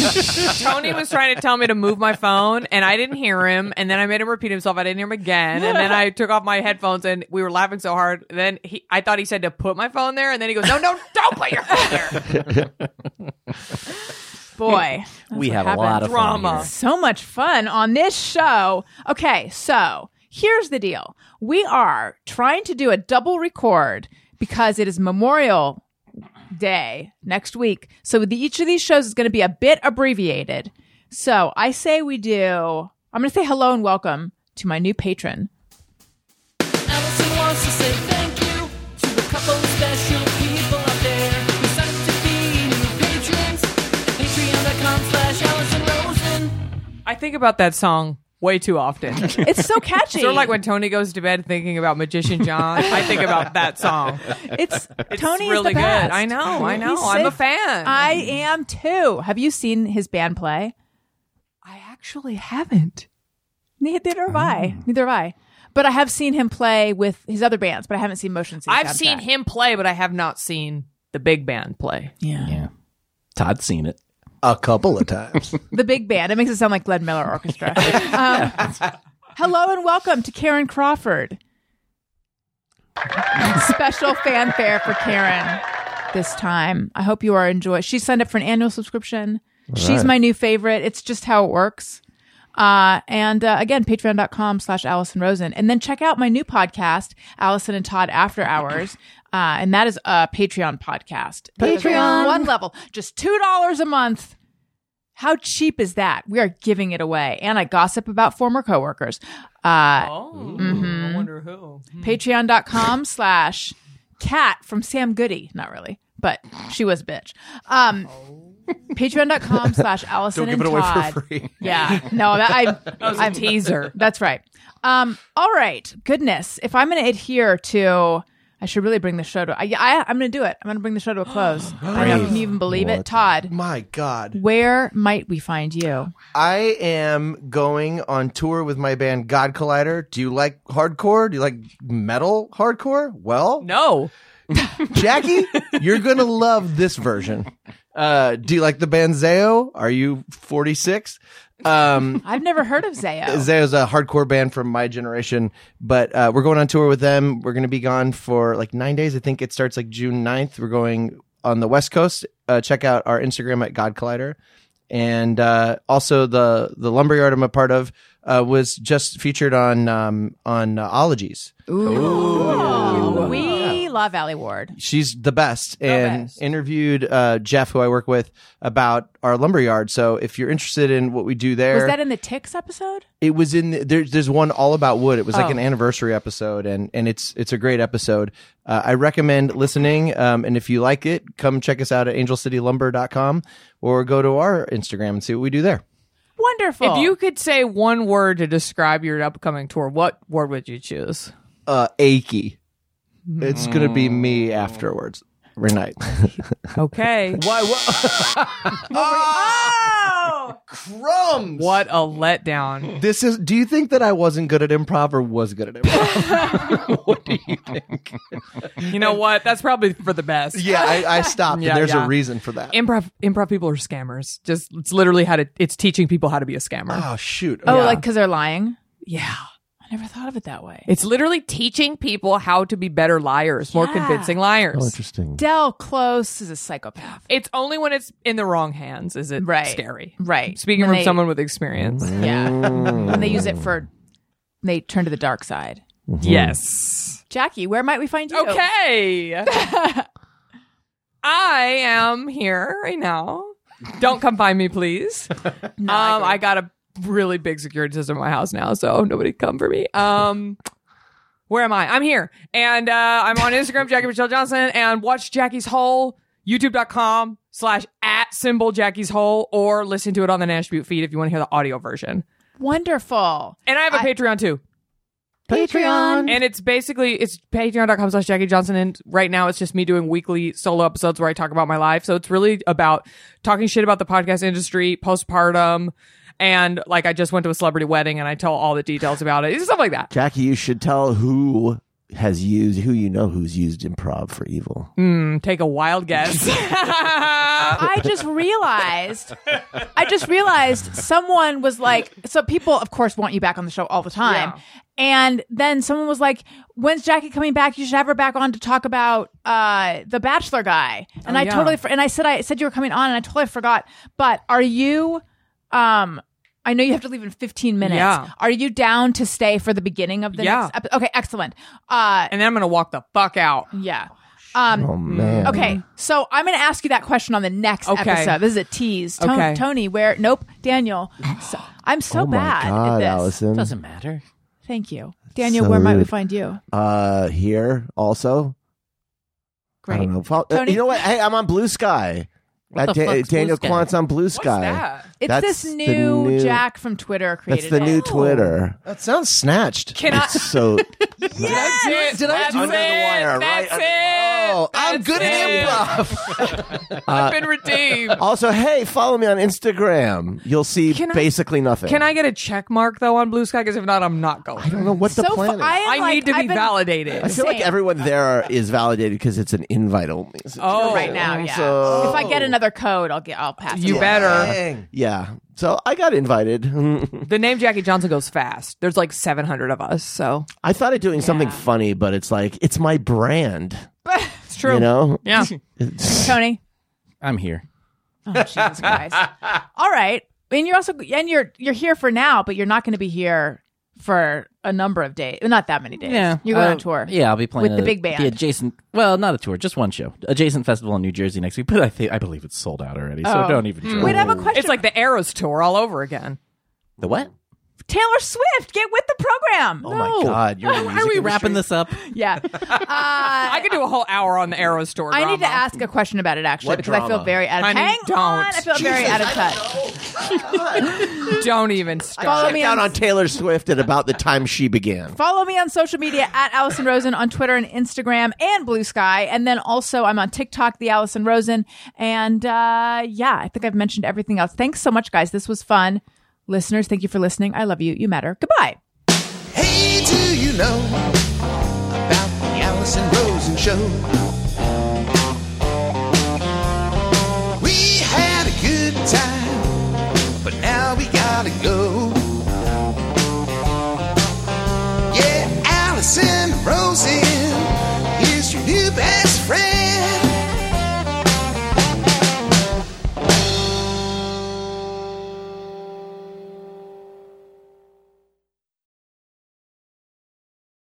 E: Tony was trying to tell me to move my phone, and I didn't hear him. And then I made him repeat himself. I didn't hear him again. And then I took off my headphones, and we were laughing so hard. Then he, I thought he said to put my phone there, and then he goes, "No, no, don't put your phone there."
C: Boy,
G: we have a lot of
E: Drama.
G: drama.
C: so much fun on this show. Okay, so here's the deal we are trying to do a double record because it is Memorial Day next week. So the, each of these shows is going to be a bit abbreviated. So I say we do, I'm going to say hello and welcome to my new patron.
H: Allison wants to say thank you to a couple of special people out there who signed up to be new patrons at patreon.com slash Allison Rosen.
E: I think about that song way too often. sort
C: It's so catchy.
E: of like when Tony goes to bed thinking about Magician John. I think about that song.
C: it's,
E: It's
C: Tony is the
E: really good.
C: best.
E: I know. I
C: He's
E: know. I'm a
C: safe.
E: fan.
C: I am too. Have you seen his band play?
E: I actually haven't.
C: Neither have I. Neither have I. But I have seen him play with his other bands, but I haven't seen Motion City.
E: I've
C: Soundtrack.
E: seen him play, but I have not seen the big band play.
C: Yeah.
G: Yeah. Todd's seen it.
F: A couple of times.
C: The big band. It makes it sound like Glenn Miller Orchestra. um, hello and welcome to Karen Crawford. Special fanfare for Karen this time. I hope you are enjoying. She signed up for an annual subscription. She's my new favorite. It's just how it works. Uh, and uh, again, patreon.com slash Allison Rosen. And then check out my new podcast, Allison and Todd After Hours. Uh, and that is a Patreon podcast. Patreon. One level, just $2 a month. How cheap is that? We are giving it away. And I gossip about former coworkers. Uh,
E: Oh, I wonder who. Hmm.
C: patreon.com slash cat from Sam Goody. Not really, but she was a bitch. Um,
E: Oh.
C: patreon.com slash Allison and Todd.
F: free.
C: Yeah. No, that, I,
E: was a
C: I'm-
E: teaser.
C: That's right. Um, all right. Goodness. If I'm going to adhere to, I should really bring the show to, I, I, I'm going to do it. I'm going to bring the show to a close. I know. Can you even believe it? Todd,
F: My God.
C: where might we find you?
F: I am going on tour with my band God Collider. Do you like hardcore? Do you like metal hardcore? Well,
E: No.
F: Jackie, you're going to love this version. Uh, do you like the band Zayo? Are you 46? Um,
C: I've never heard of Zayo.
F: Zayo's a hardcore band from my generation, but uh, we're going on tour with them. We're going to be gone for like nine days. I think it starts like June 9th. We're going on the West Coast. Uh, check out our Instagram at God Collider. And uh, also the the lumberyard I'm a part of uh, was just featured on um, on uh, Ologies.
C: Cool. We love Allie Ward.
F: she's the best and
E: best.
F: interviewed uh, Jeff, who I work with, about our lumberyard. So if you're interested in what we do there,
C: Was that in the Ticks episode?
F: it was in the, there's there's one all about wood. It was
C: Oh.
F: like an anniversary episode, and and it's it's a great episode. Uh, I recommend listening, um, and if you like it, come check us out at angelcitylumber.com or go to our Instagram and see what we do there.
C: Wonderful.
E: If you could say one word to describe your upcoming tour, what word would you choose?
F: Uh, achy, it's gonna be me afterwards. Renate.
E: Okay.
F: Why? What?
E: oh!
F: Crumbs.
E: What a letdown.
F: This is. Do you think that I wasn't good at improv or was good at improv? what do you think?
E: You know what? That's probably for the best.
F: Yeah, I, I stopped.
E: Yeah,
F: and there's
E: yeah.
F: a reason for that.
E: Improv improv people are scammers. Just it's literally how to it's teaching people how to be a scammer.
F: oh shoot.
C: oh, like because they're lying.
E: yeah.
C: I never thought of it that way.
E: It's literally teaching people how to be better liars, more
C: Yeah.
E: convincing liars.
F: Oh,
D: Interesting.
C: Dell Close is a psychopath.
E: It's only when it's in the wrong hands is it
C: Right.
E: scary.
C: Right.
E: Speaking
C: When
E: from
C: they-
E: someone with experience.
F: Mm-hmm.
C: Yeah. when they use it for, they turn to the dark side.
E: Yes.
C: Jackie, where might we find you?
E: Okay. I am here right now. Don't come find me, please. um, I got a really big security system in my house now, so nobody come for me. Um, where am I? I'm here, and uh, I'm on Instagram, Jackie Michelle Johnson, and watch Jackie's Hole, YouTube.com slash at symbol Jackie's Hole, or listen to it on the Nashville feed if you want to hear the audio version.
C: Wonderful.
E: And I have a
C: I-
E: Patreon too.
C: Patreon.
E: And it's basically it's patreon.com slash Jackie Johnson and right now it's just me doing weekly solo episodes where I talk about my life. So it's really about talking shit about the podcast industry, postpartum, and like I just went to a celebrity wedding and I tell all the details about it. It's stuff like that.
D: Jackie, you should tell who has used who you know who's used improv for evil.
E: Mm, take a wild guess.
C: I just realized, I just realized someone was like, so people, of course, want you back on the show all the time.
E: Yeah.
C: And then someone was like, when's Jackie coming back? You should have her back on to talk about uh, the Bachelor guy. And
E: Oh,
C: I
E: yeah.
C: totally, for- and I said, I said you were coming on and I totally forgot. But are you, um, I know you have to leave in 15 minutes.
E: Yeah.
C: Are you down to stay for the beginning of the
E: Yeah.
C: next episode? Okay, excellent. Uh,
E: and then I'm gonna walk the fuck out.
C: yeah. Um,
D: Oh man.
C: Okay, so I'm going to ask you that question on the next
E: Okay.
C: episode. This is a tease. Tony,
E: Okay.
C: Tony where? Nope, Daniel. So, I'm so
D: Oh my
C: bad at
D: God,
C: this.
D: Allison.
G: Doesn't matter.
C: Thank you, Daniel.
D: so
C: where might we
D: rude.
C: find you?
D: Uh here also.
C: Great.
D: I don't know. Fol- uh,
C: Tony-
D: you know what? Hey, I'm on Blue Sky.
G: What
D: At
G: the fuck's Blue
D: Daniel
G: Sky?
D: Quant's on Blue
E: What's
D: Sky.
E: that?
C: It's
D: That's
C: this
D: the
C: new,
D: new-
C: Jack from Twitter
D: That's
C: created.
D: the new
C: it.
D: Twitter.
F: that sounds snatched.
E: Can I
D: So
E: That's it.
F: Did I
E: That's
F: do
E: it.
F: it?
D: Under the wire,
E: That's
D: right?
E: it.
F: Oh, I'm
E: That's
F: good
E: it.
F: at improv.
E: I've been redeemed.
D: also, hey, follow me on Instagram. You'll see
E: Can I-
D: basically nothing.
E: Can I get a check mark though on Blue Sky? Because if not, I'm not going.
D: I don't know what the
C: So
D: plan
C: far,
D: is.
C: I, am
E: I
C: like-
E: need to be
C: I've been-
D: I
E: validated.
D: feel like
C: Same.
D: everyone there is validated because it's an invite only.
E: Oh,
C: right now. Yeah.
D: So-
C: If I get another code, I'll get. I'll pass. it
E: You
C: on.
E: better.
D: Yeah. So I got invited.
E: The name Jackie Johnson goes fast. There's like 700 of us, so
D: I thought of doing something funny, but it's like it's my brand.
E: it's true.
D: You know?
E: Yeah.
C: Tony.
G: I'm here.
C: Oh, Jesus Christ. All right, and you're also and you're you're here for now, but you're not going to be here for a number of days. Not that many days.
G: Yeah,
C: You're going
G: uh,
C: on tour.
G: Yeah, I'll be playing
C: With the
G: a-
C: big band.
G: The adjacent, well, not a tour, just one show. Adjacent festival in New Jersey next week, but I think I believe it's sold out already. So
C: Oh.
G: don't even. Try.
C: Wait, I have a question.
E: It's like the Eras tour all over again.
G: the what?
C: Taylor Swift, get with the program.
D: Oh my God. You're in the music
G: Are we
D: industry?
G: wrapping this up?
C: Yeah. Uh,
E: I could do a whole hour on the Eras tour.
C: I need
E: drama.
C: to ask a question about it actually
D: What
C: because I feel
D: drama?
C: very out of
E: Honey,
C: hang
E: don't.
C: on. I feel very out of touch.
E: Don't even
C: Follow
E: start.
C: me
D: Down
C: on,
D: on Taylor Swift at about the time she began.
C: follow me on social media at Allison Rosen on Twitter and Instagram and Blue Sky, and then also I'm on TikTok, the Allison Rosen, and uh, yeah, I think I've mentioned everything else. Thanks so much, guys. This was fun. Listeners, thank you for listening. I love you. You matter. Goodbye.
B: Hey, do you know about the Alice Allison Rosen show. We had a good time, but now we gotta go.